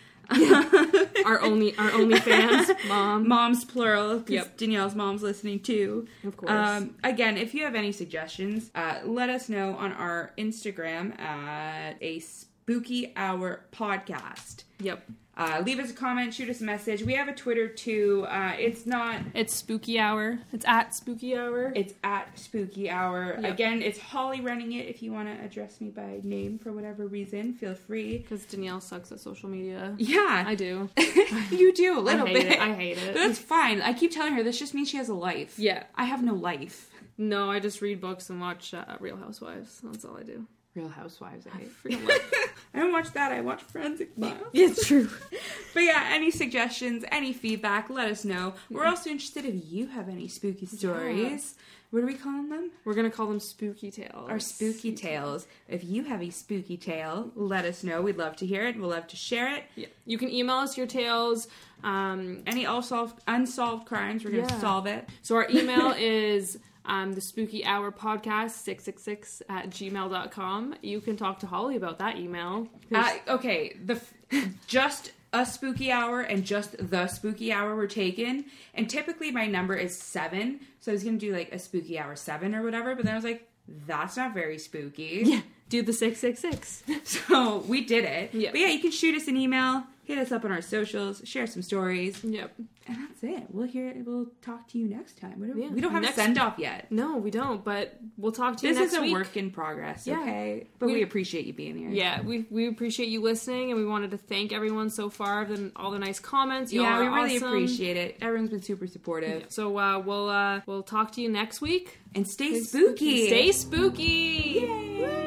[SPEAKER 2] Our only our only fans, mom.
[SPEAKER 1] Mom's plural. 'cause
[SPEAKER 2] Yep.
[SPEAKER 1] Danielle's mom's listening too. Um,
[SPEAKER 2] Of course.
[SPEAKER 1] again, if you have any suggestions, uh, let us know on our Instagram at a spooky hour podcast.
[SPEAKER 2] Yep,
[SPEAKER 1] Uh, leave us a comment, shoot us a message. We have a Twitter too. Uh, it's not
[SPEAKER 2] it's spooky hour. It's at spooky hour.
[SPEAKER 1] It's at Spooky Hour.
[SPEAKER 2] Yep.
[SPEAKER 1] Again, it's Holly running it. If you want to address me by name for whatever reason, feel free.
[SPEAKER 2] Because Danielle sucks at social media.
[SPEAKER 1] Yeah,
[SPEAKER 2] I do.
[SPEAKER 1] you do a
[SPEAKER 2] I
[SPEAKER 1] little
[SPEAKER 2] hate
[SPEAKER 1] bit.
[SPEAKER 2] it. I hate
[SPEAKER 1] But
[SPEAKER 2] it.
[SPEAKER 1] That's fine. I keep telling her this just means she has a life.
[SPEAKER 2] Yeah.
[SPEAKER 1] I have no life.
[SPEAKER 2] No, I just read books and watch uh, Real Housewives. That's all I do.
[SPEAKER 3] Real Housewives. I hate.
[SPEAKER 2] Freaking love-
[SPEAKER 1] I don't watch that. I watch Forensic Files.
[SPEAKER 3] It's true.
[SPEAKER 1] But yeah, any suggestions, any feedback, let us know. We're also interested if you have any spooky stories. What are we calling them?
[SPEAKER 2] We're gonna call them spooky tales.
[SPEAKER 1] Our spooky tales. If you have a spooky tale, let us know. We'd love to hear it. We'll love to share it.
[SPEAKER 2] Yeah. You can email us your tales. Um,
[SPEAKER 1] Any unsolved unsolved crimes, we're going to
[SPEAKER 2] Yeah.
[SPEAKER 1] solve it.
[SPEAKER 2] so our email is um, the spooky hour podcast 666 at gmail.com. You can talk to Holly about that email.
[SPEAKER 1] Uh, okay, the f- just a spooky hour and just the spooky hour were taken, and typically my number is seven, so I was gonna do like a spooky hour seven or whatever, but then I was like, that's not very spooky.
[SPEAKER 2] yeah. Do the 666.
[SPEAKER 1] So we did it.
[SPEAKER 2] Yeah.
[SPEAKER 1] But yeah, you can shoot us an email, hit us up on our socials, share some stories,
[SPEAKER 2] yep.
[SPEAKER 1] and that's it. We'll hear it. We'll talk to you next time. What do-
[SPEAKER 2] Yeah.
[SPEAKER 1] We don't have
[SPEAKER 2] Next-
[SPEAKER 1] a send off yet.
[SPEAKER 2] No, we don't, but we'll talk to you
[SPEAKER 1] This
[SPEAKER 2] next
[SPEAKER 1] is a
[SPEAKER 2] week.
[SPEAKER 1] work in progress,
[SPEAKER 2] Yeah.
[SPEAKER 1] okay? But we,
[SPEAKER 2] We-
[SPEAKER 1] appreciate you being here.
[SPEAKER 2] Yeah, we, we appreciate you listening, and we wanted to thank everyone so far and all the nice comments. You
[SPEAKER 1] Yeah,
[SPEAKER 2] all
[SPEAKER 1] we
[SPEAKER 2] are
[SPEAKER 1] really
[SPEAKER 2] awesome.
[SPEAKER 1] appreciate it. Everyone's been super supportive.
[SPEAKER 2] Yeah. So uh, we'll uh, we'll talk to you next week.
[SPEAKER 1] and stay spooky.
[SPEAKER 2] Stay spooky.
[SPEAKER 1] Yay.